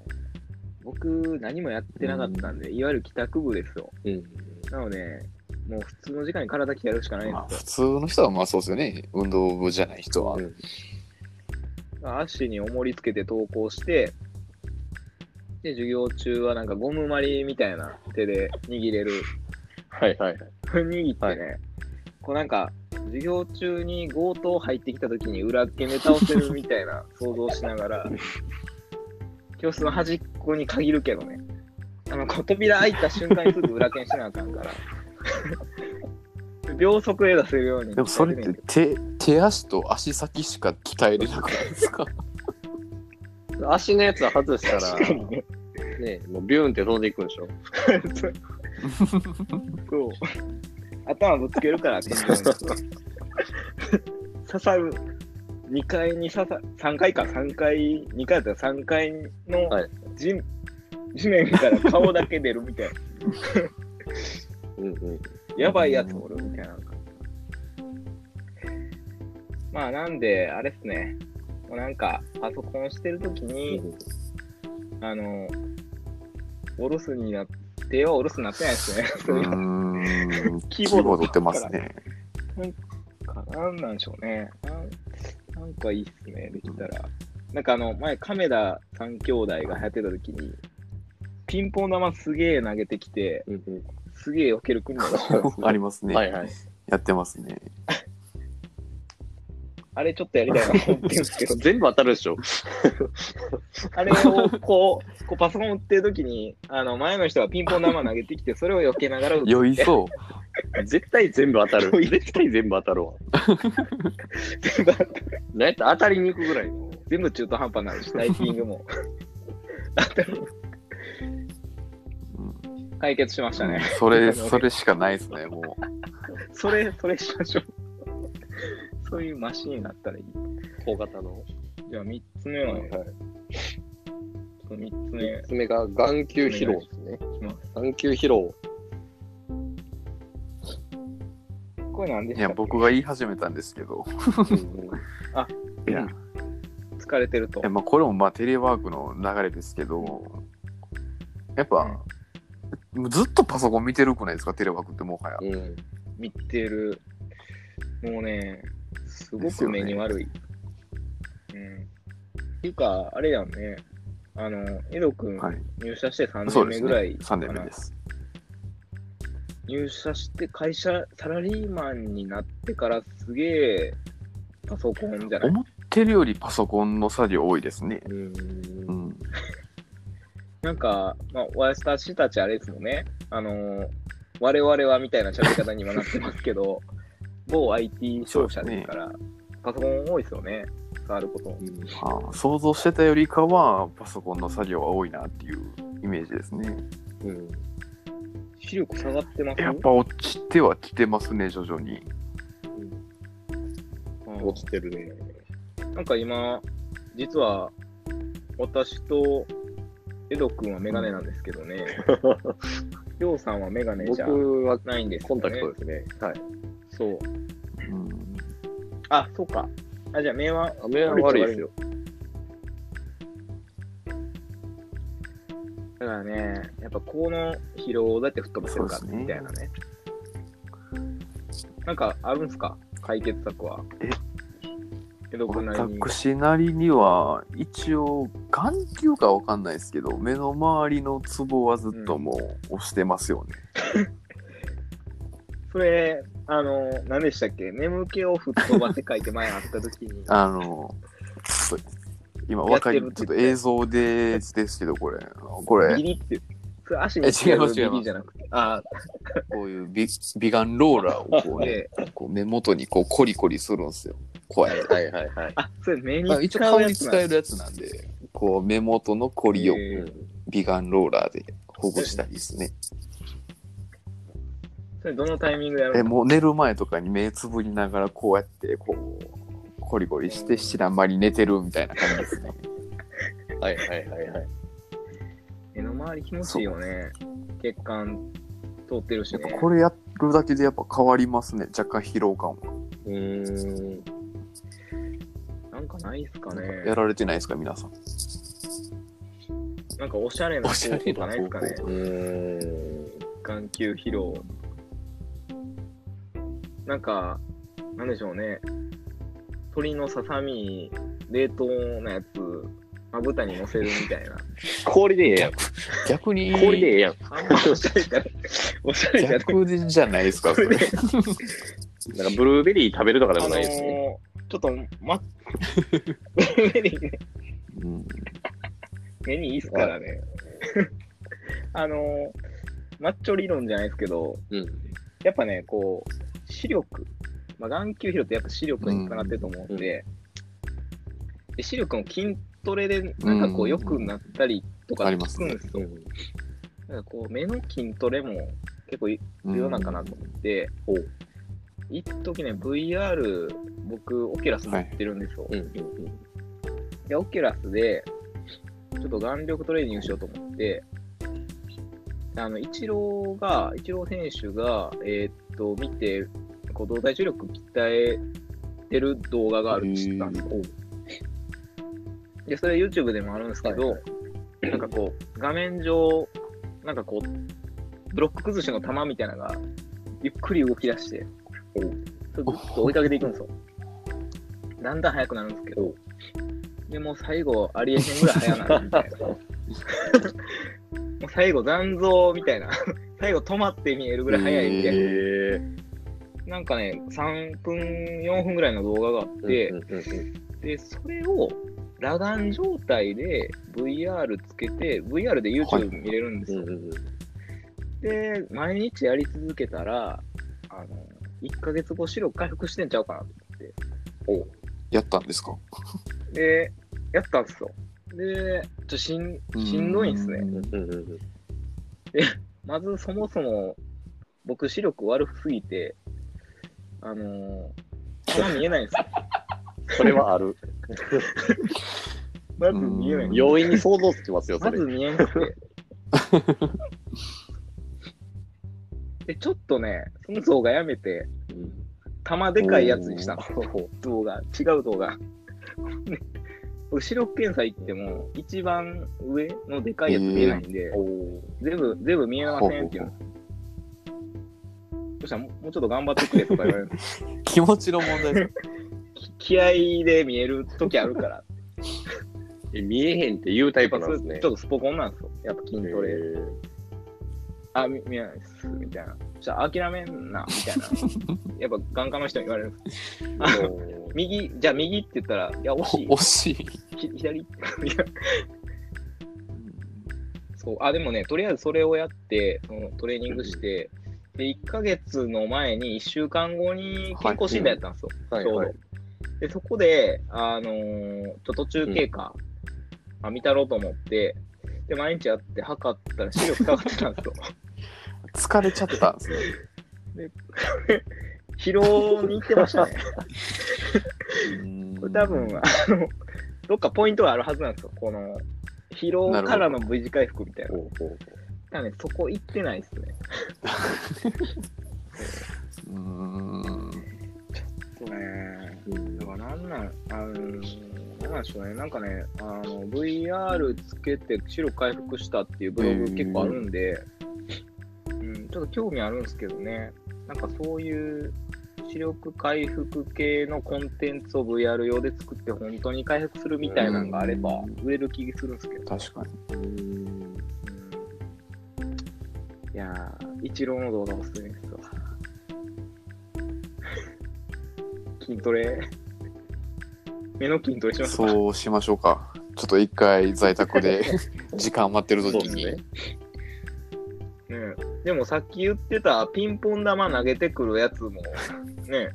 Speaker 2: 僕、何もやってなかったんで、いわゆる帰宅部ですよ。
Speaker 3: うん。
Speaker 2: なので、もう普通の時間に体鍛えるしかないん
Speaker 4: まあ、
Speaker 2: ですよ
Speaker 4: 普通の人はまあそうですよね。運動部じゃない人は。
Speaker 3: うん
Speaker 2: 足に重りつけて投稿して、で、授業中はなんかゴムまりみたいな手で握れる。
Speaker 3: はいはいはい。
Speaker 2: 握ってね、こうなんか、授業中に強盗入ってきた時に裏っけで倒せるみたい
Speaker 4: [LAUGHS]
Speaker 2: な想像しながら、教室の端っこに限るけどね、あの、こう扉開いた瞬間にすぐ裏剣しなあかん
Speaker 4: [LAUGHS]
Speaker 2: から、秒速で出せるように。
Speaker 4: でもそれって手手足と足先しか鍛えれなくないです [LAUGHS] か
Speaker 3: 足のやつは外したら、
Speaker 2: 確かにね。
Speaker 3: ね、もうビューンって飛んでいくんでしょ。
Speaker 2: そう。頭ぶつけるから、天井に刺さる。2階に刺さ、3階か、3階、2階だったら3階の
Speaker 3: はい
Speaker 2: 地,、地面から顔だけ出るみたいな。
Speaker 3: うんうん。
Speaker 2: やばいやつおるみたいな。まあ、なんで、あれっすね。もうなんか、パソコンしてるときに、あの、お留守になって、手はお留守になってないですね。
Speaker 4: うーん。
Speaker 2: キ
Speaker 4: キ
Speaker 2: ーボ
Speaker 4: ー
Speaker 2: ード
Speaker 4: ボードってますね。
Speaker 2: かなんなんでしょうね。なんなんかいいっすね、できたら。なんかあの、前、亀田三兄弟が流行ってた時に、ピンポン玉すげえ投げてきて、
Speaker 3: うんう
Speaker 2: すげえ避ける訓練があったんですよ
Speaker 4: [LAUGHS] ありますね、
Speaker 3: ん。はいはい。、
Speaker 4: やってますね。
Speaker 2: あれちょっとやりたいなと思ってるんですけ
Speaker 4: [LAUGHS]
Speaker 2: ど
Speaker 3: 全部当たるでしょ。
Speaker 2: あれをこう、こうパソコン打ってる時に、あの、前の人がピンポン玉投げてきて、それを避けながら打って、
Speaker 4: 酔いそう。
Speaker 3: 絶対全部当た [LAUGHS] る。絶対全部当たる [LAUGHS] わ。なんやったら当たりに行くぐらいの。
Speaker 2: 全部中途半端になるし、タイピングも。あと解決しました
Speaker 4: [LAUGHS]
Speaker 2: ね。
Speaker 4: それ、それしかないですね、も
Speaker 2: それ、それしましょう。そういうマシンになったらいい。
Speaker 3: 大型の。
Speaker 2: じゃあ、3つ目は、
Speaker 3: はい
Speaker 2: ね、3つ目い
Speaker 3: 爪が眼球疲労ですね。
Speaker 2: きます。
Speaker 3: 眼球疲 [LAUGHS] 労。
Speaker 2: これ何で
Speaker 4: う。い
Speaker 2: した
Speaker 4: や、
Speaker 2: っけ
Speaker 4: 僕が言い始めたんですけど。いや、い
Speaker 2: 疲れてると。
Speaker 4: やまあ、これもまあテレワークの流れですけど、やっぱ、ずっとパソコン見てるくないですか、テレワークってもはや。
Speaker 3: うん。
Speaker 2: 見てる。もうね、すご
Speaker 4: です
Speaker 2: く
Speaker 4: よね
Speaker 2: 目に悪い。うん。っていうか、あれやんね。あの、江戸くん、
Speaker 4: はい。
Speaker 2: 入社して3
Speaker 4: そう
Speaker 2: 年
Speaker 4: で
Speaker 2: 目ぐ
Speaker 4: すね。
Speaker 2: らいか
Speaker 4: 3
Speaker 2: な、
Speaker 4: 年目です。
Speaker 2: 入社して会社、サラリーマンになってからすげえ、パソコンじゃない
Speaker 4: 思ってるよりパソコンの作業多いですね。
Speaker 3: うん
Speaker 4: うん。
Speaker 2: なんか、まあ、私たちあれですもんね。あのー我々はみたいな喋り方に今なってますけ
Speaker 3: [LAUGHS]
Speaker 2: ど、某 IT 商社ですから、パソコン多いですよね。触ること。
Speaker 4: まあ、想像してたよりかは、パソコンの作業は多いなっていうイメージですね。
Speaker 3: うん。
Speaker 2: 視力下がってます
Speaker 4: やっぱ落ちてはきてますね、徐々に。
Speaker 2: うん
Speaker 3: 落ちてるね。
Speaker 2: なんか今、実は、私と、エド君はメガネなんですけど
Speaker 3: [LAUGHS]
Speaker 2: ね、りょうさんはメガネじゃ
Speaker 3: 僕は
Speaker 2: ないんです
Speaker 3: コ
Speaker 2: よ
Speaker 3: ン
Speaker 2: ね。
Speaker 3: タクトですね。はい。
Speaker 2: そう。
Speaker 4: うん、
Speaker 2: あ、そうか。あ、じゃあ目は、
Speaker 3: あ目は悪いですよ。
Speaker 2: だからね、やっぱこの疲労をどうやって吹っ飛ばせるか
Speaker 4: そうですね
Speaker 2: みたいなね。なんかあるんすか解決策は。
Speaker 4: え
Speaker 2: 江戸君なりに。
Speaker 4: 私なりには一応眼球かわかんないですけど目の周りのツボはずっともう押してますよね、。
Speaker 2: それ、あの、何でしたっけ眠気を吹っ飛ばせ書いて前あった時に
Speaker 4: あのちょっと今
Speaker 2: やって
Speaker 4: 若い
Speaker 2: る
Speaker 4: ちょ
Speaker 2: って言って
Speaker 4: っと映像でですけどこれ [LAUGHS] こ
Speaker 2: ビ
Speaker 4: れ
Speaker 2: リって。それ足
Speaker 4: え
Speaker 2: に
Speaker 4: 違います
Speaker 2: つける
Speaker 4: 違います
Speaker 2: ビリじゃなくて。あ
Speaker 4: こういう美美顔ローラーをこ
Speaker 2: あ、
Speaker 4: うね
Speaker 2: で、
Speaker 4: こう目元にこうコリコリするんですよこうやって
Speaker 3: はいはいはい。
Speaker 2: あ、それ目
Speaker 4: まあ
Speaker 2: に
Speaker 4: 一応
Speaker 2: 使う
Speaker 4: 顔
Speaker 2: や
Speaker 4: に
Speaker 2: つ
Speaker 4: 使
Speaker 2: なん
Speaker 4: えるやつなんでこう目元のコリを
Speaker 2: えー
Speaker 4: 美顔ローラーでほぐしたりですね
Speaker 2: それどのタイミングでや
Speaker 4: え
Speaker 2: るの
Speaker 4: もう寝る前とかに目つぶりながらこうやってこうコリコリして知らん間に寝てるみたいな感じですね
Speaker 3: はいはいはいはい。
Speaker 2: 目の周り気持ちいいよね。血管通ってるし
Speaker 4: やっぱ
Speaker 2: ね。
Speaker 4: これやるだけでやっぱ変わりますね若干疲労感は、
Speaker 3: うーん。
Speaker 2: なんかないっすかね。
Speaker 4: やられてないですか皆さん
Speaker 2: なんかおしゃれな方法とかないですかね。
Speaker 3: うーん。
Speaker 2: 眼球疲労。なんか、なんでしょうね。鶏のささみ、冷凍のやつ、まぶたに乗せるみた [LAUGHS] いな。
Speaker 3: 氷でええやん。
Speaker 4: 逆に
Speaker 3: 氷でええやん。
Speaker 2: あんまおしゃれじゃない。おしゃれじゃない。
Speaker 4: 逆じゃないですかそれ
Speaker 3: なんかブルーベリー食べるとか
Speaker 2: あ
Speaker 3: で
Speaker 2: の
Speaker 3: もないですね。
Speaker 2: ーちょっと、ま、 [LAUGHS] 目にね、
Speaker 4: うん
Speaker 2: 目にいいっすからね。あのーマッチョ理論じゃないですけど、
Speaker 3: うん。
Speaker 2: やっぱね、こう、視力、まあ、眼球疲労ってやっぱ視力につながってると思うんで、で視力も筋トレでなんかこ
Speaker 4: う
Speaker 2: うん良くなったりとか
Speaker 4: あります
Speaker 2: 聞くん
Speaker 4: ね
Speaker 2: ですよ。なんかこう目の筋トレも結構い
Speaker 4: うん
Speaker 2: 重要なんかなと思って、一時ね、VR、僕、オキュラス持ってるんですよ。
Speaker 3: うんうん
Speaker 2: で、オキュラスで、ちょっと眼力トレーニングしようと思って、あの、イチローが、イチロー選手が、えーっと、見て、こう、動体視力鍛えてる動画があるって知ったんですよ。で、それ YouTube でもあるんですけど、
Speaker 3: は
Speaker 2: なんかこう、画面上、なんかこう、ブロック崩しの球みたいなのが、ゆっくり動き出して、それずっと追いかけていくんですよ。だんだん速くなるんですけど、でもう最後、ありえへんぐらい速なるみたい
Speaker 3: [LAUGHS]
Speaker 2: な。もう最後、残像みたいな。最後、止まって見えるぐらい速いみたいな。
Speaker 3: え
Speaker 2: なんかね、3分、4分ぐらいの動画があっ
Speaker 3: え。
Speaker 2: て、
Speaker 3: うんうんうん
Speaker 2: で、それを裸眼状態で VR つけて、VR で YouTube 見れるんですよ。
Speaker 3: うんうんうん
Speaker 2: で、毎日やり続けたら、あの、1ヶ月後、視力回復してんちゃうかなと思って。
Speaker 4: やったんですか
Speaker 2: で、やったんですよ。で、ちょっとしんしんどいんですね。
Speaker 3: うんうんうんうん。
Speaker 2: まずそもそも、僕、視力悪すぎて、あのー、ま見えないんですよ。
Speaker 3: それはある。
Speaker 2: まず見えないんですよ。
Speaker 3: [LAUGHS] 容易に想像つきますよ、そ
Speaker 2: ま
Speaker 3: れ。
Speaker 2: ず見えな
Speaker 3: [LAUGHS]
Speaker 2: くて。で、ちょっとね、その像がやめて、
Speaker 3: うん
Speaker 2: 玉でかいやつにしたの。
Speaker 3: うん
Speaker 2: 動画、違う動画。で僕、視力検査行っても、一番上のでかいやつ見えないんで、全部、全部見えませんって言うの。そしたらもう、もうちょっと頑張ってくれとか言われるんです。
Speaker 4: 気持ちの問題です。
Speaker 2: き気合で見える時あるから。
Speaker 3: え見えへんっていうタ
Speaker 2: や
Speaker 3: イ
Speaker 2: っぱ
Speaker 3: プな
Speaker 2: そ
Speaker 3: ん
Speaker 2: れ
Speaker 3: です
Speaker 2: ちょ
Speaker 3: ね
Speaker 2: っ。とスポコンなんですよ。やっぱ筋トレ。
Speaker 3: へ
Speaker 2: あ、み見えないです。みたいな。じゃあ諦めんな、み
Speaker 3: [LAUGHS]
Speaker 2: たいな。やっぱ眼科の人に言われるんです。
Speaker 3: ー [LAUGHS]
Speaker 2: 右、じゃあ右って言ったら、い [LAUGHS] や、惜しい。
Speaker 4: 惜しい。
Speaker 2: ひ左っていやそう。あ、でもね、とりあえずそれをやって、そのトレーニングして、で、1ヶ月の前に1週間後に健康診断やったんですよ。
Speaker 3: はい
Speaker 2: ちょうど。
Speaker 3: はい
Speaker 2: で、そこで、あのーちょっと途中経過、あ見たろうと思って、で、毎日やって測ったら視力下がってたんです
Speaker 3: [LAUGHS]
Speaker 2: よ。
Speaker 4: 疲れちゃったんですね。
Speaker 2: 疲労に行ってましたね。これ多分、
Speaker 4: う
Speaker 2: あの、どっかポイントがあるはずなんですよ。この、疲労からの V 字回復みたいな。
Speaker 3: ほうほう
Speaker 2: だからね、そこ行ってないですね。
Speaker 4: ーん。
Speaker 2: そうね。
Speaker 3: ほううん
Speaker 2: だからなんなん、あのー、なんなんでしょうね、なんかね、あの VR つけて白回復したっていうブログ結構あるんで、うん、ちょっと興味あるんですけどね、なんかそういう視力回復系のコンテンツを VR 用で作って、本当に回復するみたいなのがあれば
Speaker 4: うん、
Speaker 2: 売れる気がするんですけど、
Speaker 4: 確かに。
Speaker 2: うん、いやー、一郎の動画おすすめですわ。 [LAUGHS] 筋トレ、目の筋トレしますか
Speaker 4: そうしましょうか。ちょっと一回在宅
Speaker 2: [LAUGHS]
Speaker 4: で時間待ってる時
Speaker 3: そ
Speaker 4: に。
Speaker 3: うで
Speaker 2: ねえでもさっき言ってたピンポン玉投げてくるやつもね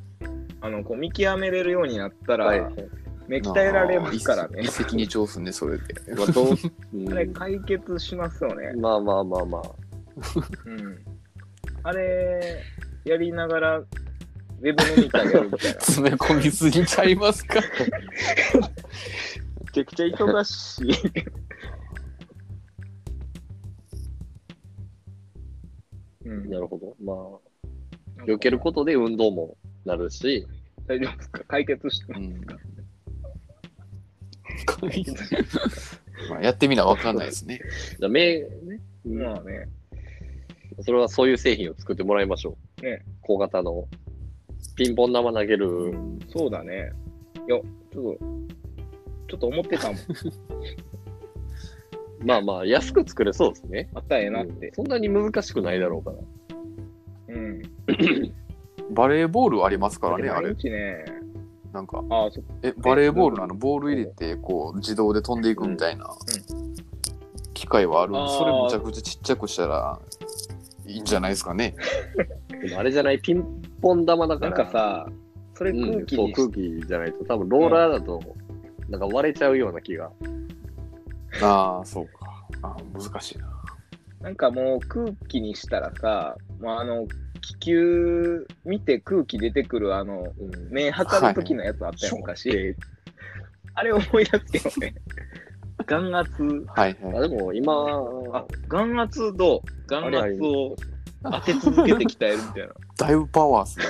Speaker 2: あのこう見極めれるようになったら、
Speaker 3: はい
Speaker 2: 目鍛えられますから
Speaker 4: あー
Speaker 2: ね
Speaker 4: 一石一石二鳥っすね、それで。
Speaker 3: まあどう
Speaker 2: あれ解決しますよね
Speaker 3: う、んまあまあまあまあ。
Speaker 2: うん、あれやりながらウェブ飲み会やるみたいな
Speaker 4: 詰め込みすぎちゃいますか。
Speaker 2: めちゃくちゃ忙しいうん
Speaker 3: なるほど。まあ、避けることで運動もなるし、
Speaker 2: 大丈夫ですか解決して
Speaker 4: うんまあやってみなわかんないですね。
Speaker 3: じゃあ目、ね、
Speaker 2: まあね
Speaker 3: それはそういう製品を作ってもらいましょう。
Speaker 2: ね
Speaker 3: 小型のピンポン玉投げる、
Speaker 2: そうだね。いや、ちょっと、ちょっと思って [LAUGHS] たもん。
Speaker 3: まあまあ、安く作れそうですね。
Speaker 2: あったらええなって。
Speaker 3: そんなに難しくないだろうから。
Speaker 2: うん。
Speaker 4: バレーボールありますからね、
Speaker 2: だ
Speaker 4: あ
Speaker 2: って毎
Speaker 4: れ。
Speaker 2: 日ね。
Speaker 4: なんか、
Speaker 2: ああ、そっか。
Speaker 4: え、バレーボールのあの、ボール入れて、こう、自動で飛んでいくみたいな機械はあるんで
Speaker 2: あー
Speaker 4: それむちゃくちゃちっちゃくしたらいいんじゃないですかね。
Speaker 3: でもあれじゃない、ピンポン玉だか
Speaker 2: な
Speaker 3: ら。
Speaker 2: んかさ、それ
Speaker 3: う
Speaker 2: 空
Speaker 3: ん、
Speaker 2: 気
Speaker 3: そう
Speaker 2: に
Speaker 3: 空気じゃないと、多分ローラーだと、なんか割れちゃうような気が。
Speaker 4: ああ、そうか。あー難しいな。
Speaker 2: なんかもう空気にしたらさ、まあ、あの、気球見て空気出てくる、あの、
Speaker 3: うん
Speaker 2: 目測る時のやつあったよ、昔。あれ思い出すけどね。眼圧。
Speaker 4: はいはい。
Speaker 3: あでも今、
Speaker 2: あ、眼圧どう眼
Speaker 3: あれ
Speaker 2: 圧を当て続けて鍛えるみたいな。
Speaker 4: だいぶパワーっすね。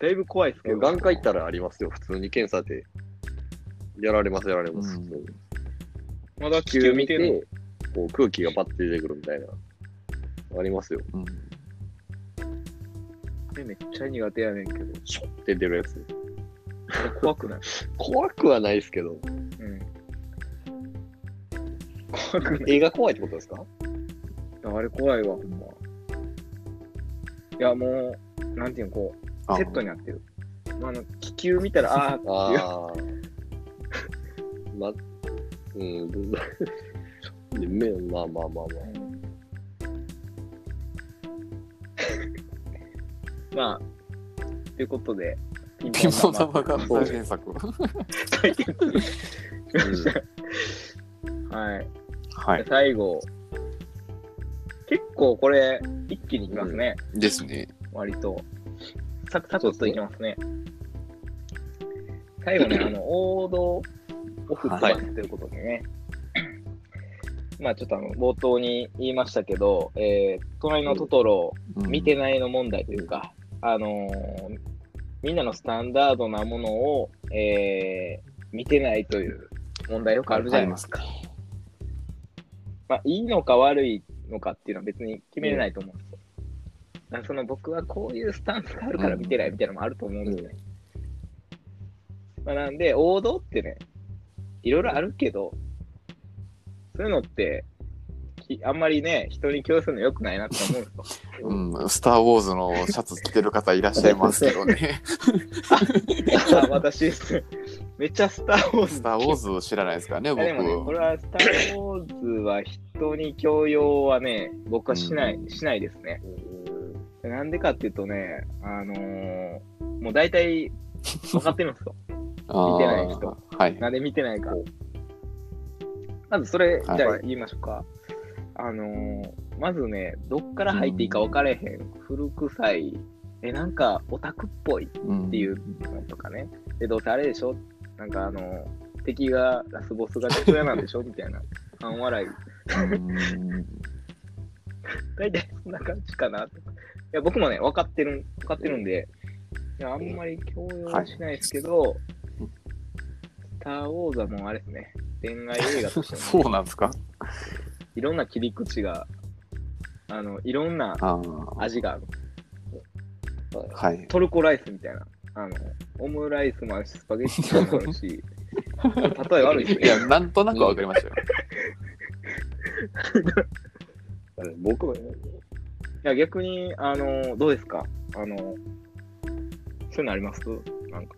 Speaker 2: だいぶ怖いですけど。
Speaker 3: 眼科行ったらありますよ、普通に検査で。やられます、やられます。
Speaker 4: うん
Speaker 3: 普通に
Speaker 2: まだ気
Speaker 3: 気
Speaker 2: 球
Speaker 3: 球
Speaker 2: 見
Speaker 3: 見
Speaker 2: てる
Speaker 3: て、こう空気がパッて出てくるみたいな。ありますよ。
Speaker 4: うん
Speaker 2: のめっちゃ苦手やねんけど。
Speaker 3: ショッて出るやつ。
Speaker 2: 怖くない。
Speaker 3: 怖くはないですけど、
Speaker 2: うん。怖くない。
Speaker 3: 映画怖いってことですか
Speaker 2: あれ怖いわ、ほんま。いや、もう、なんていうの、こ
Speaker 4: あ
Speaker 2: う、セットになってる。まあ、あの、気球見たら、 [LAUGHS] ああー、
Speaker 3: ああ。 [LAUGHS] ま、うん。 [LAUGHS] で目まあまあまあまあ。
Speaker 2: まあ、ということで、
Speaker 4: ピンポン
Speaker 2: 玉
Speaker 4: 玉が大原作。
Speaker 2: 解 [LAUGHS] 決しました
Speaker 3: う
Speaker 2: はい。
Speaker 4: は
Speaker 2: 最後、結構これ、一気にいきますね、
Speaker 4: ですね。
Speaker 2: 割と。サクサクっといきますね。最後
Speaker 4: [CLEARS THROAT]
Speaker 2: ね、あの、王道オフツバスということでね。 [CLEARS THROAT] まあちょっとあの冒頭に言いましたけど、えー、隣のトトロ、
Speaker 4: うん
Speaker 2: 見てないの問題というか、あのーみんなのスタンダードなものを、えー見てないという問題よくあるじゃないですか。まあ、いいのか悪いのかっていうのは別に決めれないと思うんですよ。だからその僕はこういうスタンスがあるから見てないみたいなのもあると思うんですよね。まあ、なんで、王道ってね、いろいろあるけど、そういうのって、きあんまりね、人に共有するの良くないなって思うんですよ。
Speaker 4: うん、スター・ウォーズのシャツ着てる方いらっしゃいますけど
Speaker 2: [LAUGHS]
Speaker 4: ね。
Speaker 2: あ私ですね。めっちゃスター・ウォーズ。
Speaker 4: スター・ウォーズ知らないですからね、
Speaker 2: いやでもね、これ
Speaker 4: 僕。
Speaker 2: はスター・ウォーズは人に強要はね、僕はしない、しないですね。なんでかっていうとね、あのーもう大
Speaker 4: [LAUGHS]
Speaker 2: 体分かってるんですよ。
Speaker 4: あー
Speaker 2: 見てない人
Speaker 4: はい。
Speaker 2: なんで見てないか。まずそれ、じ
Speaker 4: はい
Speaker 2: ゃあ言いましょうか。あのーまずね、どっから入っていいか分かれへん、古臭い、え、なんかオタクっぽい
Speaker 4: うん
Speaker 2: っていうのとかね。で、どうせあれでしょなんかあの、敵がラスボスが父親なんでしょみたいな。半笑い。
Speaker 4: うん
Speaker 2: 大体そんな感じかなと。いや、僕もね、分かってる、分かってるんで、いやあんまり強要はしないですけど、
Speaker 4: い
Speaker 2: スター・ウォーズはもうあれですね、恋愛映画としてもね、
Speaker 4: そうなんですか
Speaker 2: いろんな切り口が、あの、いろんな
Speaker 4: あー
Speaker 2: 味がある。
Speaker 4: はい。
Speaker 2: トルコライスみたいな。あの、オムライスもあるし、スパゲッティもある
Speaker 4: [LAUGHS]
Speaker 2: し、例え悪いですね
Speaker 4: い。や、なんとなくわかりましたよ。
Speaker 2: [LAUGHS]
Speaker 3: 僕も、
Speaker 2: いや、逆に、あの、どうですかあの、そういうのありますなんか。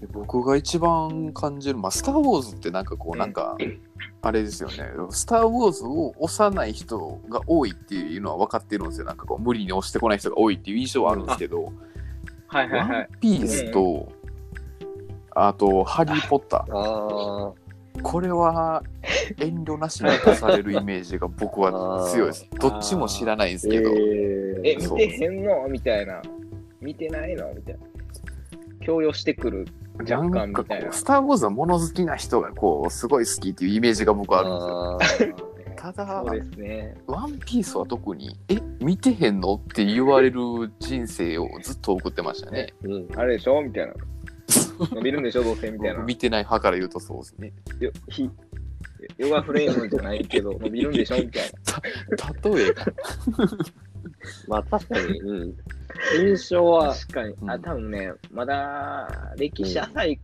Speaker 4: で僕が一番感じる、まあ、スター・ウォーズってなんかこ
Speaker 2: う
Speaker 4: う、
Speaker 2: ん
Speaker 4: なんか、あれですよね、スター・ウォーズを押さない人が多いっていうのは分かってるんですよ、なんかこう、無理に押してこない人が多いっていう印象はあるんですけど、
Speaker 2: はいはい
Speaker 4: ワ
Speaker 2: はい
Speaker 4: ン。ピースと、あと、ハリー・ポッタ
Speaker 3: あ
Speaker 4: ー、これは遠慮なしに出されるイメージが僕は強い
Speaker 2: [LAUGHS]
Speaker 4: です。どっちも知らないんです
Speaker 3: ー、
Speaker 4: けど、
Speaker 2: え、
Speaker 3: え
Speaker 2: 見
Speaker 4: そう
Speaker 2: てへんのみたいな。見てないのみたいな。強要してくる。
Speaker 4: な
Speaker 2: 若干
Speaker 4: ん
Speaker 2: み
Speaker 4: か
Speaker 2: た
Speaker 4: こ
Speaker 2: いな
Speaker 4: う、スター・ウォーズは物好きな人がこう、すごい好きっていうイメージが僕はあるんですよ。
Speaker 3: あ
Speaker 4: ただ
Speaker 2: そう、ですね。
Speaker 4: ワンピースは特に、え、見てへんのって言われる人生をずっと送ってましたね。
Speaker 3: ーうん
Speaker 2: あれでしょみたいな。伸びるんでしょどうせみたいな。
Speaker 4: 見てない派から言うとそうですね。
Speaker 2: よひヨガフレームじゃないけど、伸びるんでしょみたい
Speaker 4: 例え [LAUGHS]
Speaker 3: まあ確かに、うん。印象
Speaker 2: な。
Speaker 3: は、
Speaker 2: 確かに。
Speaker 4: う
Speaker 2: あ、
Speaker 4: ん
Speaker 2: 多分ね、まだ歴史浅い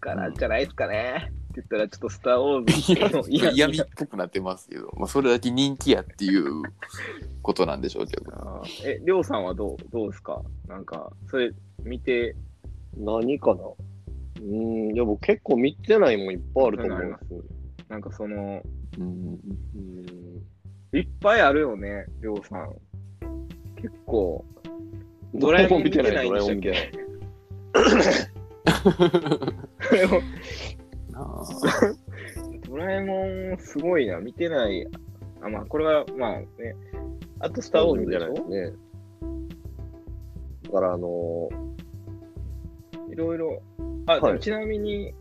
Speaker 2: からじゃないですかね。って言ったら、ちょっとスター・ウォーズの
Speaker 4: ば、闇っぽくなってますけど、まあ、それだけ人気やっていうことなんでしょうけど。
Speaker 2: あーえ、りょうさんはどうどうですかなんか、それ見て、
Speaker 3: 何かなうん、いや、僕結構見てないもんいっぱいあると思うんですよ。
Speaker 2: なんかその、
Speaker 4: うん、
Speaker 3: うん
Speaker 2: いっぱいあるよね、りょうさん。結構、 [LAUGHS] ドラえもん見てないんでしたっけドラえもん
Speaker 4: なあ
Speaker 2: ドラえもんすごいな、見てない。あ、まあ、これは、まあね、あとスター・ウォーズでしょ
Speaker 3: ね。だから、あの
Speaker 2: いろいろ。あ、
Speaker 3: はい
Speaker 2: でもちなみに、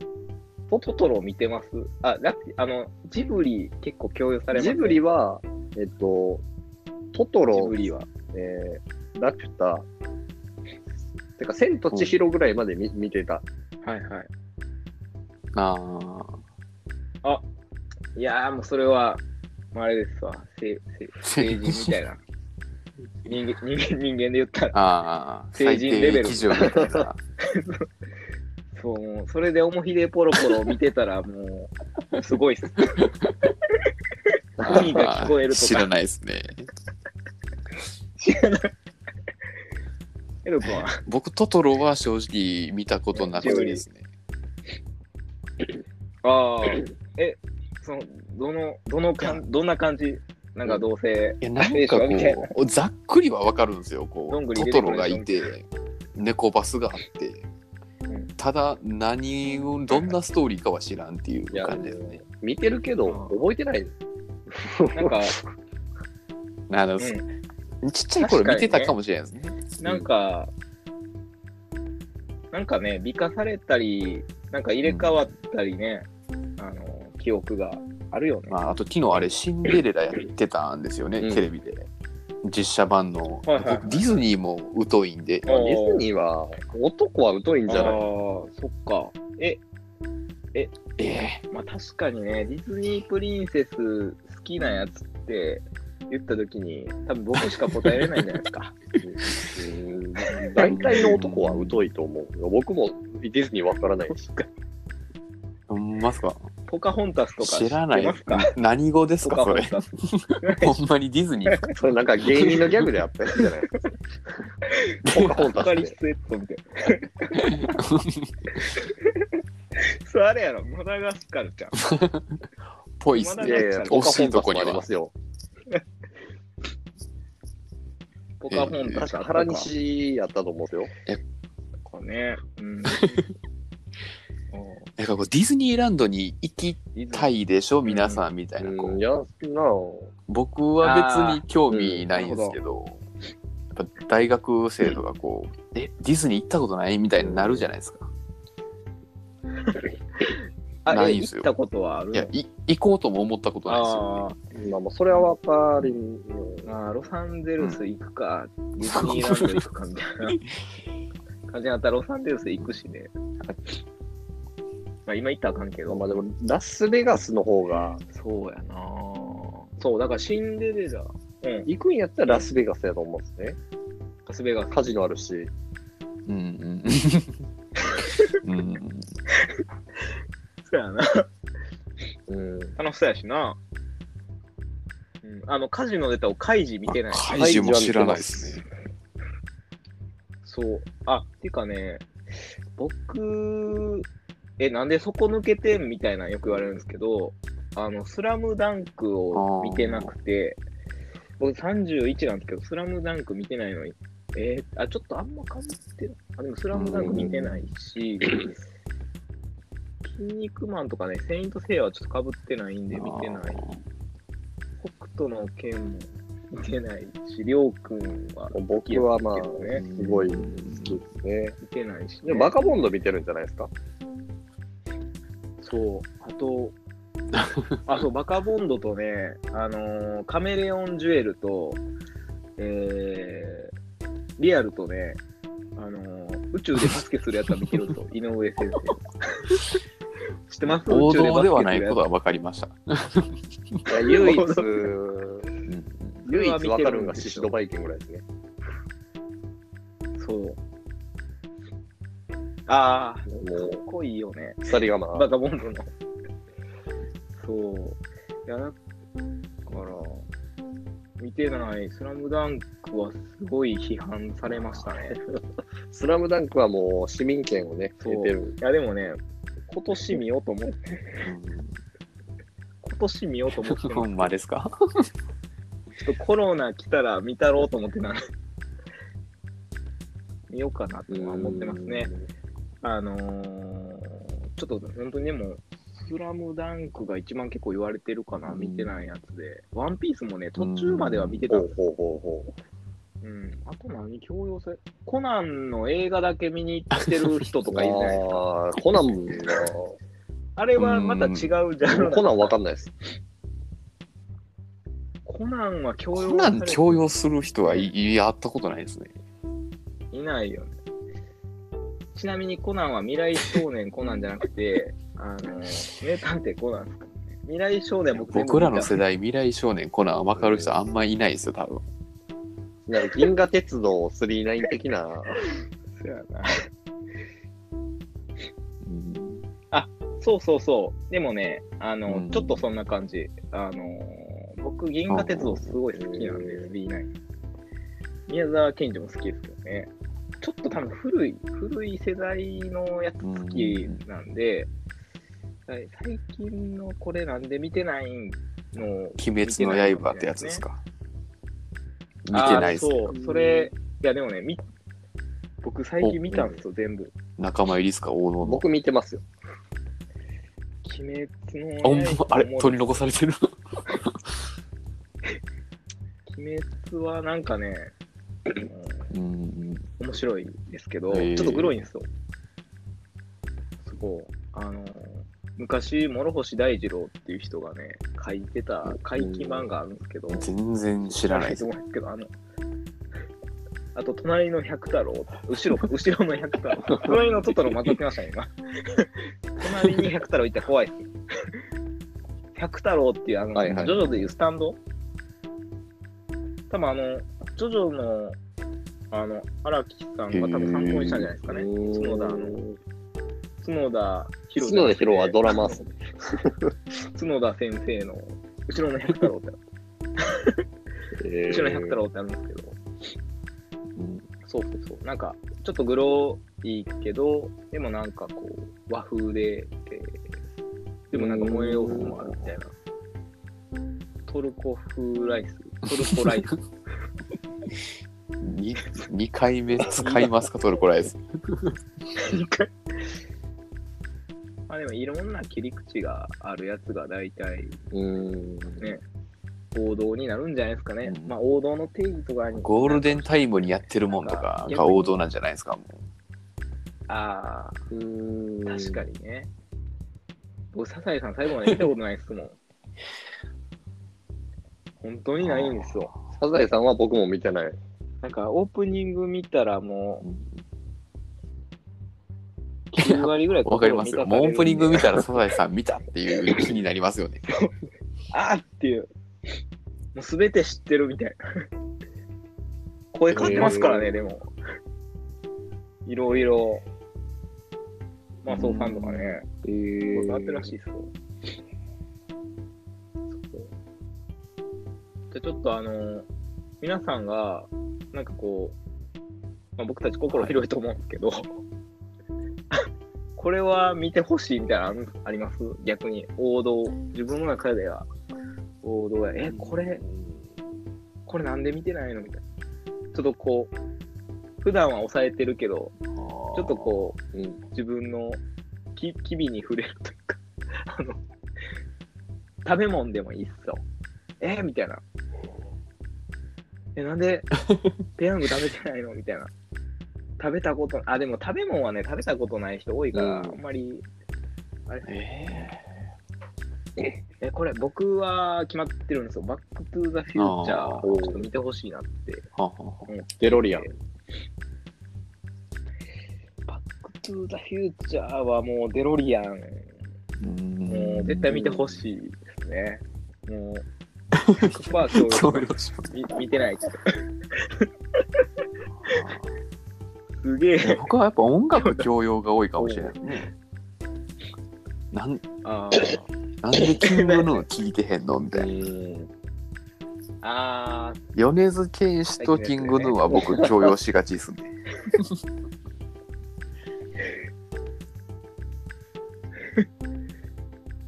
Speaker 2: トトトロ見てますあ、だって、あの、ジブリ結構共有され
Speaker 3: ー、
Speaker 2: ます、ね、
Speaker 3: ジブリは、えっと、トト
Speaker 2: ジ
Speaker 3: ロ
Speaker 2: ブ、リは。
Speaker 3: えー、ラピュタ、てか、千と千尋ぐらいまで見,、見てた。
Speaker 2: はいはい。
Speaker 4: な
Speaker 2: あ、いやーもうそれは、まあ、あれですわ、せせ成人みたいな。人間人間人間で言ったら、
Speaker 4: あ、ああ、
Speaker 2: 成人レベル
Speaker 4: 最低基準みたいな。
Speaker 2: そう、もうそれでおもひでポロポロ見てたら、もう、すごいっ
Speaker 4: [LAUGHS]
Speaker 2: す。海が聞こえると
Speaker 4: 知ら
Speaker 2: か、
Speaker 4: ないですね。
Speaker 2: エル君は、
Speaker 4: 僕、トトロは正直見たことなくてですね。
Speaker 2: ああ、え、その、どの、どのかん、どんな感じなんかどうせ、
Speaker 4: いやなんか
Speaker 2: 聖書みたいな
Speaker 4: こうざっくりはわかるんですよこ
Speaker 2: どんぐ
Speaker 4: う
Speaker 2: り
Speaker 4: ト
Speaker 2: 出
Speaker 4: ト
Speaker 2: てく
Speaker 4: ロ
Speaker 2: る
Speaker 4: が
Speaker 2: でしょ
Speaker 4: いて猫バスがあって
Speaker 2: ん
Speaker 4: ただ何をどんなストーリーかは知らんっていう感じですね
Speaker 3: 見てるけど、覚えてない。
Speaker 2: なん
Speaker 4: [LAUGHS]
Speaker 2: か、
Speaker 4: あの、
Speaker 2: う
Speaker 4: ちっちゃい頃見てたかもしれないですね。
Speaker 2: ん、なんか、なんかね、美化されたり、なんか入れ替わったりね、あの、記憶があるよね。
Speaker 4: まあ、あと昨日あれ、シンデレラやってたんですよね、
Speaker 3: うん
Speaker 4: テレビで。実写版の、
Speaker 2: はいはいはい
Speaker 4: 僕ディズニーも疎いんで、
Speaker 2: あー
Speaker 3: ディズニーは男は疎いんじゃ
Speaker 2: あ
Speaker 3: ない
Speaker 2: ーそっか。え、
Speaker 4: ええ
Speaker 2: まあ確かにね、ディズニープリンセス好きなやつって言ったときに、多分僕しか答えれないんじゃないですか。 [LAUGHS]
Speaker 3: うん大体の男は疎いと思う。僕もディズニーわからない [LAUGHS] し。
Speaker 4: ほんますか
Speaker 2: ポカホンタスとか
Speaker 4: 知らな
Speaker 2: 知って
Speaker 4: い
Speaker 2: ますか。
Speaker 4: 何語です
Speaker 2: ポカ
Speaker 4: か、
Speaker 2: ホ
Speaker 4: そ
Speaker 2: ン
Speaker 4: れ。
Speaker 2: タス。
Speaker 4: ほんまにディズニーですか
Speaker 3: それなんか芸人のギャグであったやつじゃないポカホンタ
Speaker 2: ポ
Speaker 3: ス
Speaker 2: カリス
Speaker 3: で。
Speaker 2: エットみたい
Speaker 4: [LAUGHS]
Speaker 2: な。それあれやろ、マダガスカルちゃん。
Speaker 4: ぽいっ
Speaker 3: [LAUGHS]
Speaker 4: すね
Speaker 3: い。やいや、ポカホンタスもありますよ。
Speaker 2: ポカホンタ
Speaker 3: 確
Speaker 2: ス
Speaker 3: か原西やったと思うんですよ。
Speaker 2: とかね。うん。
Speaker 4: なんかこうディズニーランドに行きたいでしょ、皆さんみたいな。こ
Speaker 3: う、
Speaker 4: うん
Speaker 3: いや、な
Speaker 4: 僕は別に興味ないんですけど、やっぱ大学生とかこう、え、ディズニー行ったことないみたいになるじゃないですか。
Speaker 2: あ、
Speaker 4: な
Speaker 2: え
Speaker 4: いんす
Speaker 2: 行
Speaker 4: よ
Speaker 2: ったことはある
Speaker 4: いや、い行こうとも思ったことないですよ
Speaker 2: あ
Speaker 4: ね。
Speaker 3: まあまあ、それはわかりん
Speaker 2: ーあー、ロサンゼルス行くか、ディズニーランド行くかみたいな感じになったらロサンゼルス行くしね。まあ今行ったらあかんけど、
Speaker 3: まあでも、ラスベガスの方が、
Speaker 2: そうやなぁそう、だからシンデレラ、うん、
Speaker 3: 行くんやったらラスベガスやと思うんですね。
Speaker 2: カスベガス。
Speaker 3: カジノあるし。
Speaker 4: うんうん。うん
Speaker 2: そうやな。
Speaker 3: うん。
Speaker 2: 楽しそうやしな。うん、あの、カジノ出たをカイジ見てない。
Speaker 4: 怪獣も知らないですね。
Speaker 2: そう。あ、っていうかね、僕、え、なんでそこ抜けてんみたいなのよく言われるんですけど、あの、スラムダンクを見てなくて、僕31なんですけど、スラムダンク見てないのに、えーあ、ちょっとあんま感じてない。あ、でもスラムダンク見てない
Speaker 3: [LAUGHS]
Speaker 2: し、筋肉マンとかね、セイントセイヤはちょっと被ってないんで見てない。北斗の剣も見てないし、りょうくんは
Speaker 3: 僕はまあ、
Speaker 2: 好き
Speaker 3: す
Speaker 2: やけどね
Speaker 3: ごい好きですね。
Speaker 2: 見てないし、ね。
Speaker 3: でも、バカボンド見てるんじゃないですか
Speaker 2: そう、あ
Speaker 3: [LAUGHS]
Speaker 2: と、あ、そう、バカボンドとね、あのーカメレオンジュエルと、えー、リアルとね、あのー宇宙でバスケするやつは見てる
Speaker 3: [LAUGHS]
Speaker 2: と、井上先生。知ってます
Speaker 4: 王
Speaker 2: 宇宙
Speaker 4: 道ではな
Speaker 2: バスケす
Speaker 4: い
Speaker 2: るや
Speaker 4: ことは分かりました。
Speaker 3: いや、唯一、
Speaker 4: うん
Speaker 3: 唯一わかるのがシシドバイキンぐらいですね。
Speaker 2: つそう。ああ、
Speaker 3: も
Speaker 2: か
Speaker 3: う
Speaker 2: っ、こいいよね。
Speaker 3: 二人がま
Speaker 2: バ
Speaker 3: あ、
Speaker 2: カボンドの。そう。いや、だから、見てない、スラムダンクはすごい批判されましたね。
Speaker 3: スラムダンクはもう市民権をね、
Speaker 2: そう
Speaker 3: 得てる。
Speaker 2: いや、でもね、今年見ようと思って、今年見ようと思って
Speaker 4: ほ
Speaker 2: ます、
Speaker 4: んまですか
Speaker 2: ちょっとコロナ来たら見たろうと思ってな。 [LAUGHS] 見ようかなとは思ってますね。あのー、ちょっと本当にでも、スラムダンクが一番結構言われてるかな、
Speaker 4: うん
Speaker 2: 見てないやつで。ワンピースもね、途中までは見てた
Speaker 3: ほ
Speaker 2: んです
Speaker 3: うほうほうほ
Speaker 2: うん、あと何強要されコナンの映画だけ見に行ってる人と
Speaker 3: う。
Speaker 2: かいるじゃないですか。
Speaker 3: ああ、コナ
Speaker 2: [LAUGHS]
Speaker 3: ンは、
Speaker 2: あれはまた違うジャンルな
Speaker 3: コ
Speaker 2: の
Speaker 3: ナンわかんないです。
Speaker 2: コナンは強要
Speaker 4: こん
Speaker 2: され
Speaker 4: なん強要する人はいいやったことないですね。
Speaker 2: いないよね。ちなみにコナンは未来少年コナンじゃなくて、 [LAUGHS] あの、名探偵コナンですからね。未来少年僕全部
Speaker 4: 僕
Speaker 2: 見た
Speaker 4: らの世代、未来少年コナン分かる人あんまいないですよ、多分。
Speaker 3: なんか銀河鉄道39的な、
Speaker 2: そうやなそうそうそう。でもね、あの、
Speaker 4: うん
Speaker 2: ちょっとそんな感じ。あの、僕、銀河鉄道すごい好きなんで
Speaker 3: う
Speaker 2: す、
Speaker 3: ん
Speaker 2: B9。宮沢賢治も好きですけどね。ちょっと多分古い、古い世代のやつ好きなんで、はい最近のこれなんで見てないの
Speaker 4: 鬼滅の刃ってやつですか。見てないです
Speaker 2: あ
Speaker 4: ね。
Speaker 2: ーそう、それ、いやでもね、み僕最近見たんですよ、全部。
Speaker 4: 仲間入りですか、王道の。
Speaker 3: 僕見てますよ。
Speaker 2: 鬼滅
Speaker 4: あ
Speaker 2: の
Speaker 4: ほんま
Speaker 2: 刃も
Speaker 4: あれ、取り残されてる。
Speaker 2: スはなんかね、
Speaker 4: う
Speaker 2: う
Speaker 4: ん。
Speaker 2: ん、面白いですけど、
Speaker 4: へー
Speaker 2: ちょっとグロいんですよ。すごい。あの、昔、諸星大二郎っていう人がね、書いてた怪奇漫画あるんですけど、
Speaker 4: 全然知らないで
Speaker 2: と
Speaker 4: す。
Speaker 2: 思うんですけど、あの、あと、隣の百太郎、後
Speaker 3: [LAUGHS]
Speaker 2: ろか、後ろの百太郎、隣のトトロ混ざってましたね、今。隣に百太郎いたら怖いです。百太郎っていう、あの、
Speaker 3: はいはい
Speaker 2: ジョジョでいうスタンド多分あの、ジョジョの、あの、荒木さんが多分参考にしたんじゃないですかね。角田の、角田博
Speaker 3: 角田博はドラマっすね。
Speaker 2: [LAUGHS] 角田先生の、後ろの百太郎って、後ろの百太郎ってあるんですけど、
Speaker 4: うん
Speaker 2: そうそうそう。なんか、ちょっとグロいけど、でもなんかこう、和風で、えーでもなんか燃えよう風もあるみたいな。トルコ風ライス。トルコラ
Speaker 4: [LAUGHS]
Speaker 2: イス。
Speaker 4: に二回目使いますか、トルコライス。
Speaker 2: まあでもいろんな切り口があるやつが大体
Speaker 3: うん。
Speaker 2: 王道になるんじゃないですかね。
Speaker 4: うん
Speaker 2: まあ王道の定義とかに。
Speaker 4: ゴールデンタイムにやってるもんとかが王道なんじゃないですか、も
Speaker 2: ああ、
Speaker 3: うん
Speaker 2: 確かにね。僕、サザエさん最後まで見たことないです
Speaker 4: [LAUGHS]
Speaker 2: もん。本当にないんですよ。
Speaker 3: サザエさんは僕も見てない。
Speaker 2: なんかオープニング見たらも
Speaker 4: う。
Speaker 2: う9割ぐらい
Speaker 4: わかりますよ。もうオープニング見たらサザエさん見たっていう気になりますよね。
Speaker 2: あーっていう。もう全て知ってるみたいな。声かってますからね、
Speaker 3: へー
Speaker 2: でも。いろいろ。まあ、そうファンとかね。
Speaker 3: えー
Speaker 2: 声変わってるらしいですよ。そうじゃあちょっとあの、皆さんが、なんかこう、まあ、僕たち心広いと思うんですけど、 [LAUGHS] これは見てほしいみたいなのあるあります逆に王道。自分の中では王道や。え、これ、これなんで見てないのみたいな。ちょっとこう、普段は抑えてるけど、
Speaker 4: ち
Speaker 2: ちょ
Speaker 4: ょ
Speaker 2: っとこう、
Speaker 3: うん
Speaker 2: 自分のき機微に触れるというか、 [LAUGHS] あの、食べ物でもいいっすよ。えー、みたいな。え、なんで、ペヤング食べてないのみたいな。食べたこと、あ、でも食べ物はね、食べたことない人多いから、
Speaker 3: うん
Speaker 2: あんまり、
Speaker 4: え
Speaker 2: え、これ僕は決まってるんですよ。バックトゥーザフューチャー
Speaker 4: あ
Speaker 2: をちょっと見てほしいなって。
Speaker 4: ーははは
Speaker 3: デロリアン。
Speaker 2: バックトゥーザフューチャーはもうデロリアン
Speaker 4: うん
Speaker 2: もう絶対見てほしいですね。もう、100%協
Speaker 4: 協
Speaker 2: 力
Speaker 4: 力します
Speaker 2: み見 [LAUGHS] てない。すげえ。
Speaker 4: 僕はやっぱ音楽教養が多いかもしれないね。なん
Speaker 2: あー
Speaker 4: なんでキングヌー聞いてへんのみたいな。
Speaker 2: あー、
Speaker 4: 米津玄師とキングヌーは僕強要しがちですね。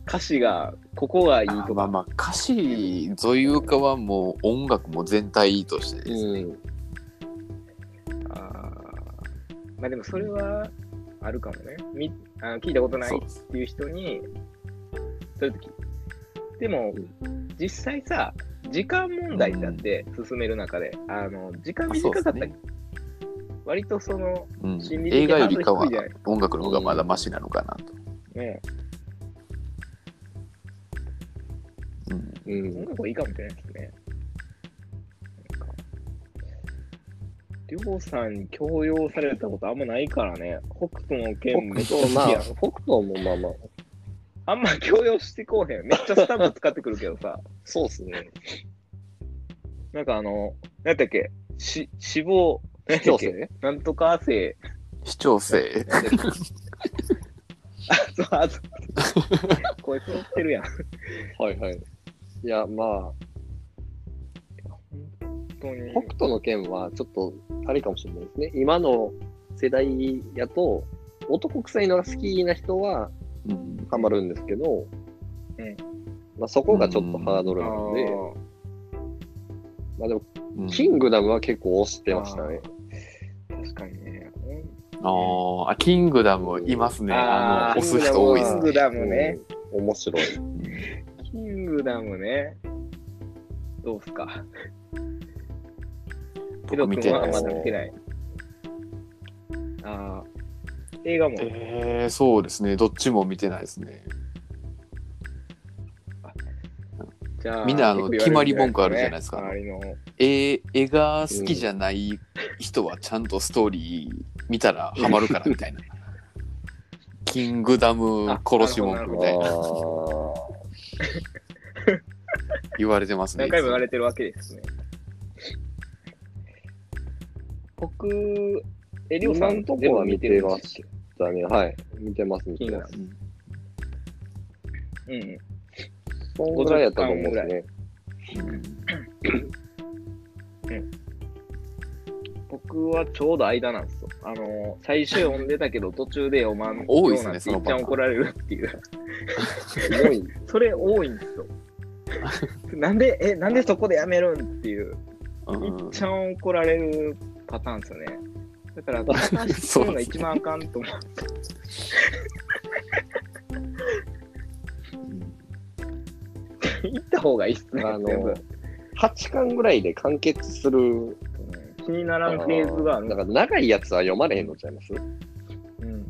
Speaker 2: 歌詞が、ここがいい
Speaker 4: あー
Speaker 2: と
Speaker 4: まあ
Speaker 2: か。
Speaker 4: まあ歌詞というかはもう音楽も全体としてですね。
Speaker 3: うん。
Speaker 2: あーまあでもそれはあるかもね。みあの聞いたことない
Speaker 4: そう
Speaker 2: っ
Speaker 4: です
Speaker 2: ていう人に、そういう時。でも、実際さ、時間問題だって進める中で、あの、時間
Speaker 4: あそ
Speaker 2: 短
Speaker 4: うで
Speaker 2: か
Speaker 4: す
Speaker 2: った
Speaker 4: ね
Speaker 2: ら、割とその、
Speaker 4: うん
Speaker 2: 心理的
Speaker 4: 映画よりかは
Speaker 2: ハードル低いじゃない
Speaker 4: 音楽の方がまだマシなのかなと。
Speaker 2: ね、
Speaker 4: うん
Speaker 3: うん
Speaker 2: 音。楽はいいかもしれないですね。なんかりょうさんに強要されたことあんまないからね。北斗の剣めっち
Speaker 3: 北
Speaker 2: ゃ好
Speaker 3: 斗、
Speaker 2: き
Speaker 3: まあ、
Speaker 2: やん。
Speaker 3: 北斗もまあまあ、
Speaker 2: あんま強要してこうへん。めっちゃスタンプ使ってくるけどさ。
Speaker 3: そうっすね。
Speaker 2: なんかあの、なんだっけ、し死亡、 [LAUGHS] なんだ
Speaker 3: そ
Speaker 2: っ
Speaker 3: うっす
Speaker 2: け、
Speaker 3: ね。
Speaker 2: なんとか汗、
Speaker 4: 視聴性。
Speaker 2: なんだっけあ、そう、あ、そう。こいつ乗ってるやん。
Speaker 3: はいはい。いや、まあ、
Speaker 2: 本当に。
Speaker 3: 北斗の剣はちょっと、あれかもしれないですね。今の世代やと、男臭いのが好きな人は
Speaker 4: うん
Speaker 3: ハマるんですけど、
Speaker 2: うん
Speaker 3: まあ、そこがちょっとハードル
Speaker 2: あ
Speaker 3: なので、
Speaker 2: ー
Speaker 3: まあでも、
Speaker 4: うん
Speaker 3: キングダムは結構押してましたね。
Speaker 2: 確かにね。
Speaker 4: あーあ、キングダムいますね。あ
Speaker 2: あー
Speaker 4: の、押す人多いで
Speaker 2: キ
Speaker 4: す
Speaker 2: ン
Speaker 4: ね
Speaker 2: グ。ダムね。
Speaker 3: うん。面白い。
Speaker 2: キングダムね。どうっすか。ヒロ
Speaker 4: 僕
Speaker 2: 君
Speaker 4: 見てな
Speaker 2: はい
Speaker 4: で
Speaker 2: ますだ
Speaker 4: ね
Speaker 2: 見てない。ああ、映画も、
Speaker 4: えー、そうですね。どっちも見てないですね。
Speaker 2: じゃあ、
Speaker 4: みんなあの
Speaker 2: 結構言われるん
Speaker 4: 決まり文句あるじゃないですか
Speaker 2: 周りの。
Speaker 4: 絵絵が好きじゃない人はちゃんとストーリー見たらハマるからみたいな。キングダム殺し文句み
Speaker 3: あ
Speaker 4: たいな
Speaker 3: ー
Speaker 4: 言われてますね。
Speaker 2: 何回も言われてるわけですね。僕、エリオさ
Speaker 3: 今
Speaker 2: ん
Speaker 3: んとこ
Speaker 2: 全部
Speaker 3: は
Speaker 2: 見てるんですよ
Speaker 3: だね。はい。見てます、見
Speaker 2: キン
Speaker 3: て
Speaker 2: グ
Speaker 3: ま
Speaker 2: ダ
Speaker 3: す。
Speaker 2: ム。うんうん。
Speaker 3: そんぐらいやったと思うんですね。
Speaker 2: 僕はちょうど間なんですよ。あの、最初読んでたけど、途中で読まん
Speaker 4: 多いで
Speaker 2: よう
Speaker 4: すね
Speaker 2: なっていっちゃん
Speaker 4: そのパターン
Speaker 2: 怒られるっていう。
Speaker 3: すごい。
Speaker 2: それ多いんです
Speaker 4: [LAUGHS]
Speaker 2: よ。なんで、え、なんでそこでやめるんっていう。
Speaker 4: うん
Speaker 2: い
Speaker 4: うん
Speaker 2: っちゃん怒られるパターンですよね。だから、
Speaker 4: [LAUGHS]
Speaker 2: 高橋するのが一番あかんと思う。行った方がいいっすね、
Speaker 3: あの
Speaker 2: 全部。
Speaker 3: 8巻ぐらいで完結する。
Speaker 2: 気にならんフレーズがある
Speaker 3: だから長いやつは読まれへんのちゃいます
Speaker 2: うん。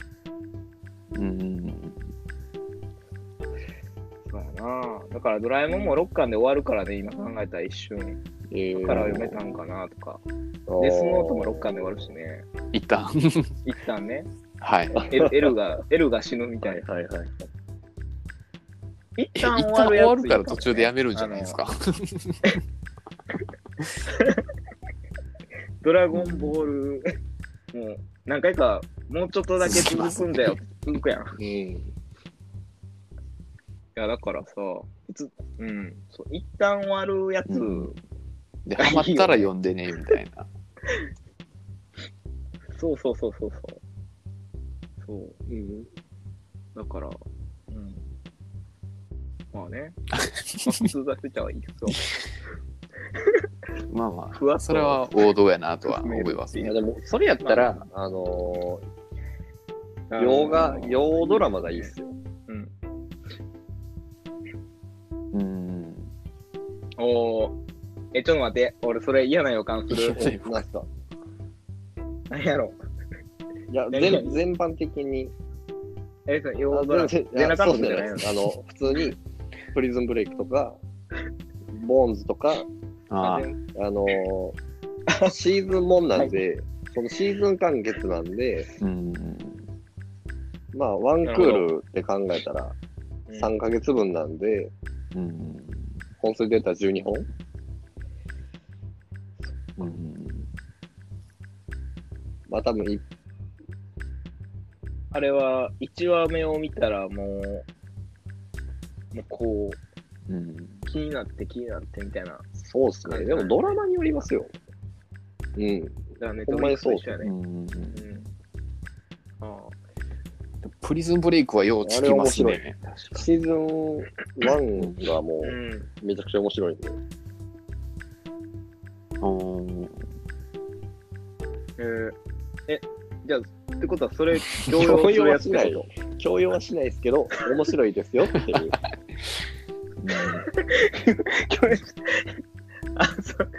Speaker 4: うんうん
Speaker 2: そうやな。だから、ドラえもんも6巻で終わるからね、今考えたら一瞬。だから読めたんかなとか。デスノートも6巻で終わるしね。
Speaker 4: 一旦
Speaker 2: 一旦
Speaker 4: [LAUGHS]
Speaker 2: ね、
Speaker 4: はい。
Speaker 2: エルエルが、エルが死ぬみたいな。
Speaker 3: はいはいはい。
Speaker 2: 一
Speaker 4: 一
Speaker 2: 旦終わ
Speaker 4: 旦
Speaker 2: る
Speaker 4: 終
Speaker 2: やつ
Speaker 4: わるから途中でやめるんじゃないですか。
Speaker 2: ドラゴンボール、もう何回か、もうちょっとだけ続くんだ [LAUGHS] よ。続くやん。い
Speaker 3: うん。
Speaker 2: や、だからさ、いつ、うん、そう一旦終わるやつ、
Speaker 4: うんで、ハマったら読んでね、みたいな。
Speaker 2: そうそうそうそうそう。そう、
Speaker 3: うん
Speaker 2: だから、うん。まあ [LAUGHS] ね、まあ、普通だけちゃいいけど、
Speaker 4: まあま
Speaker 2: ふわっ
Speaker 4: あ、
Speaker 2: と
Speaker 4: それは王道やなとは思います
Speaker 3: い
Speaker 4: ね。
Speaker 3: やでも、それやったら、あのー、洋画、洋ドラマがいいっすよ。
Speaker 2: うん。
Speaker 4: うん。
Speaker 2: おー、え、ちょっと待って、俺それ嫌な予感する。
Speaker 4: うん
Speaker 3: なんすか
Speaker 2: 何やろ。
Speaker 3: いや、
Speaker 2: 何
Speaker 3: 全全般的に。
Speaker 2: え、その
Speaker 3: あ
Speaker 2: 洋ドラマ。
Speaker 3: 全然
Speaker 2: 全裸監督
Speaker 3: あそうじ
Speaker 2: じ
Speaker 3: ゃ
Speaker 2: ゃ
Speaker 3: な
Speaker 2: ないいの
Speaker 3: ですあの、普通に、プリズンブレイクとか、ボーンズとか、
Speaker 4: ああ、
Speaker 3: あのーシーズンもんなんで、そのシーズン完結なんで、
Speaker 4: うん。
Speaker 3: まあ、ワンクールって考えたら、
Speaker 2: うん
Speaker 3: 3ヶ月分なんで、
Speaker 4: うん。
Speaker 3: 本数で出たら12本
Speaker 4: うん。
Speaker 3: まあ、多分い、
Speaker 2: あれは1話目を見たらもう、もうこ
Speaker 4: うん。
Speaker 2: う、気になって気になってみたいな。
Speaker 3: そうっすね。でも、ドラマによりますよ。うん。
Speaker 2: だからネッ
Speaker 3: ほ
Speaker 2: ト
Speaker 3: ん
Speaker 2: フ
Speaker 3: ま
Speaker 2: リ
Speaker 3: に
Speaker 2: ックス
Speaker 3: そう
Speaker 2: と一緒や
Speaker 4: う
Speaker 2: ね。
Speaker 4: ん
Speaker 2: うん。あ
Speaker 4: プリズンブレイクはようつきます
Speaker 3: あれ
Speaker 4: ね。
Speaker 2: あ、確か
Speaker 3: シーズン1がも
Speaker 2: に。
Speaker 3: う、
Speaker 2: うん。
Speaker 3: めちゃくちゃ面白いんで。
Speaker 4: うん
Speaker 2: えーえ、じゃあ、ってことはそれ、
Speaker 3: 共
Speaker 2: 共用す
Speaker 3: 用
Speaker 2: るや
Speaker 3: は
Speaker 2: つ
Speaker 3: し
Speaker 2: っ
Speaker 3: ない
Speaker 2: てこ
Speaker 3: よ。共用はしないですけど、面白いですよっていう。
Speaker 2: と共用しあ、そう。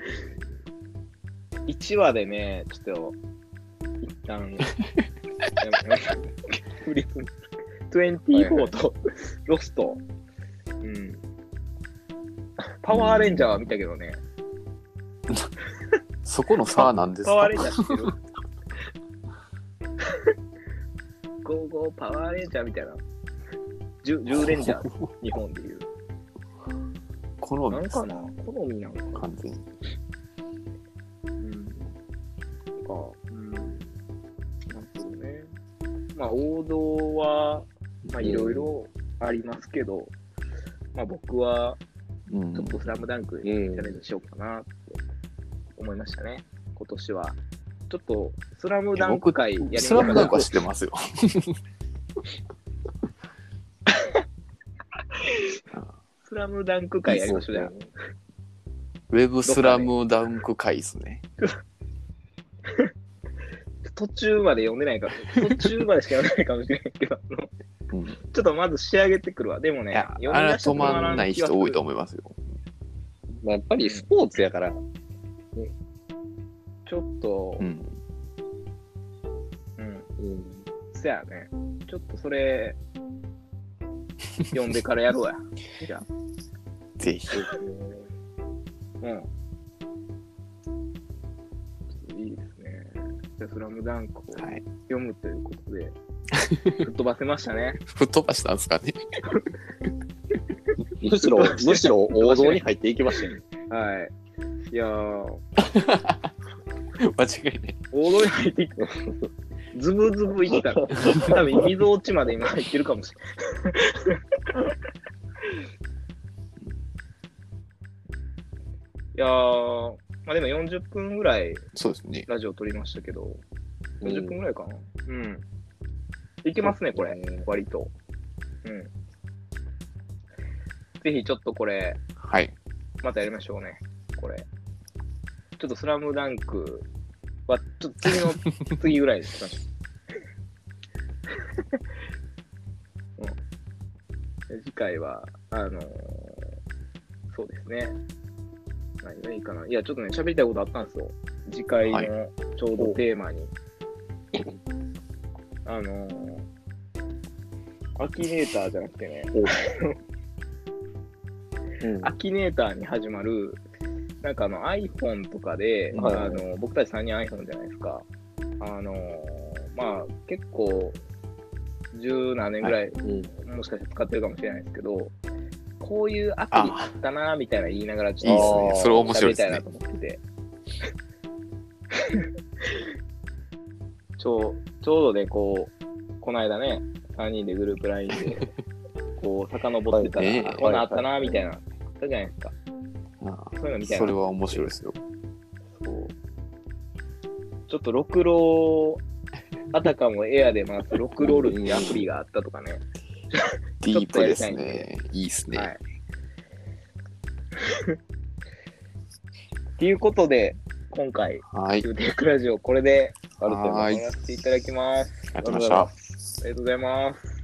Speaker 2: 1話でね、ちょっと、一旦、やめまし
Speaker 3: [LAUGHS]
Speaker 2: ょう [LAUGHS] フリー24とロスト。うん。パワーレンジャーは見たけどね。
Speaker 4: そこの差は何です
Speaker 2: パワー
Speaker 4: か
Speaker 2: レンジャー知ってる [LAUGHS] ゴーゴーパワーレンジャーみたいな。ジュジューレンジャー、日本でいう。
Speaker 4: 好み
Speaker 2: なん
Speaker 4: です
Speaker 2: かな好みなのかな
Speaker 4: 完全に。
Speaker 2: うん。なんか、うん。なんかね。まあ、王道は、まあ、いろいろありますけど、まあ、僕は、
Speaker 4: うん
Speaker 2: ちょっとスラムダンクに
Speaker 3: うん
Speaker 2: チャレンジしようかなって思いましたね、今年は。ちょっと、スラムダンク会やりまし
Speaker 4: ス
Speaker 2: ょ
Speaker 4: ラ
Speaker 2: うか
Speaker 4: ム
Speaker 2: な
Speaker 4: ダンクは知ってますよ。
Speaker 2: スラムダンク会やりましょうじゃん。
Speaker 4: ウェブスラムダンク回ですね。
Speaker 2: 途中まで読んでないから、途中までしか読んでないかもしれないけど、あの
Speaker 4: うんい
Speaker 2: ちょっとまず仕上げてくるわ。でもね、
Speaker 4: や、あれ
Speaker 2: 読み
Speaker 4: は
Speaker 2: 出した
Speaker 4: 止
Speaker 2: ら
Speaker 4: まらない人多いと
Speaker 2: 思
Speaker 4: 思いますよ。
Speaker 3: まあやっぱりスポーツやから、
Speaker 2: ちょっと
Speaker 4: う、ん。
Speaker 2: うん、
Speaker 3: うん。
Speaker 2: そやね。ちょっとそ
Speaker 4: [LAUGHS]
Speaker 2: れ、読んでからやろうや。じゃあ。
Speaker 4: ぜひ。
Speaker 3: そうですね。
Speaker 2: うん。いいですね。じゃあ、スラムダンクを
Speaker 4: はい。
Speaker 2: 読むということ
Speaker 4: [LAUGHS]
Speaker 2: で、吹っ飛ばせましたね。
Speaker 4: 吹っ飛ばしたんですかね。 [LAUGHS]
Speaker 3: むしろ、むしろ王道に入っていきました [LAUGHS] よ。
Speaker 2: はい。いやー、
Speaker 4: 間違いない。
Speaker 2: 大通り入ってきた。 [LAUGHS] ズブズブ
Speaker 4: [LAUGHS]
Speaker 2: いったら、多分溝落ちまで今入ってるかもしれない。 [LAUGHS] いやー、まあでも40分ぐらい
Speaker 4: そうですね。
Speaker 2: ラジオ撮りましたけど、
Speaker 3: うん
Speaker 2: 40分ぐらいかな。うん。いけますね、これ、割と。うん。ぜひちょっとこれ、
Speaker 4: はい。
Speaker 2: またやりましょうね、これ。ちょっとスラムダンクは、ちょっと次の次ぐらいですかね。 [LAUGHS] うん、次回は、あのーそうですね。何がいいかな。いや、ちょっとね、喋りたいことあったんですよ。次回
Speaker 4: はい
Speaker 2: のちょうどテーマに。あのーアキネーターじゃなくてね、
Speaker 3: うん
Speaker 2: アキネーターに始まる、なんかあの iPhone とかで、
Speaker 3: はいはい
Speaker 2: あの僕たち3人 iPhone じゃないですか。あのまあ結構、十何年ぐらい、
Speaker 3: うん。
Speaker 2: もしかして使ってるかもしれないですけど、こういうアプリ
Speaker 4: あ、
Speaker 2: だなみたいな言いながら、ち
Speaker 4: いいです
Speaker 2: あ
Speaker 4: ね
Speaker 2: ー
Speaker 4: それ面白いですね
Speaker 2: 喋りたいなと思ってて。 [LAUGHS] ちょうちょうどね、こう、この間ね、3人でグループ LINE
Speaker 4: [LAUGHS]
Speaker 2: で、こう、遡ってたら、
Speaker 4: はい
Speaker 2: あこんなんあったなみたいな、あったじゃないですか。
Speaker 4: あ
Speaker 2: そういうのみたいな。
Speaker 4: それは面白いですよ。
Speaker 2: そうちょっとろくろあたかもエアで回すろくろルっていうアプリがあったとかね。
Speaker 4: ディープです
Speaker 2: ちょっとやりた
Speaker 4: ね。いいですね。
Speaker 2: はい。っていうことで、今回、
Speaker 4: はい。
Speaker 2: キューテックラジオ、これで、ある程度
Speaker 4: はい
Speaker 2: 終わらせていただきます。
Speaker 4: ありがとうございまし
Speaker 2: あ
Speaker 4: た。
Speaker 2: りがとうございます。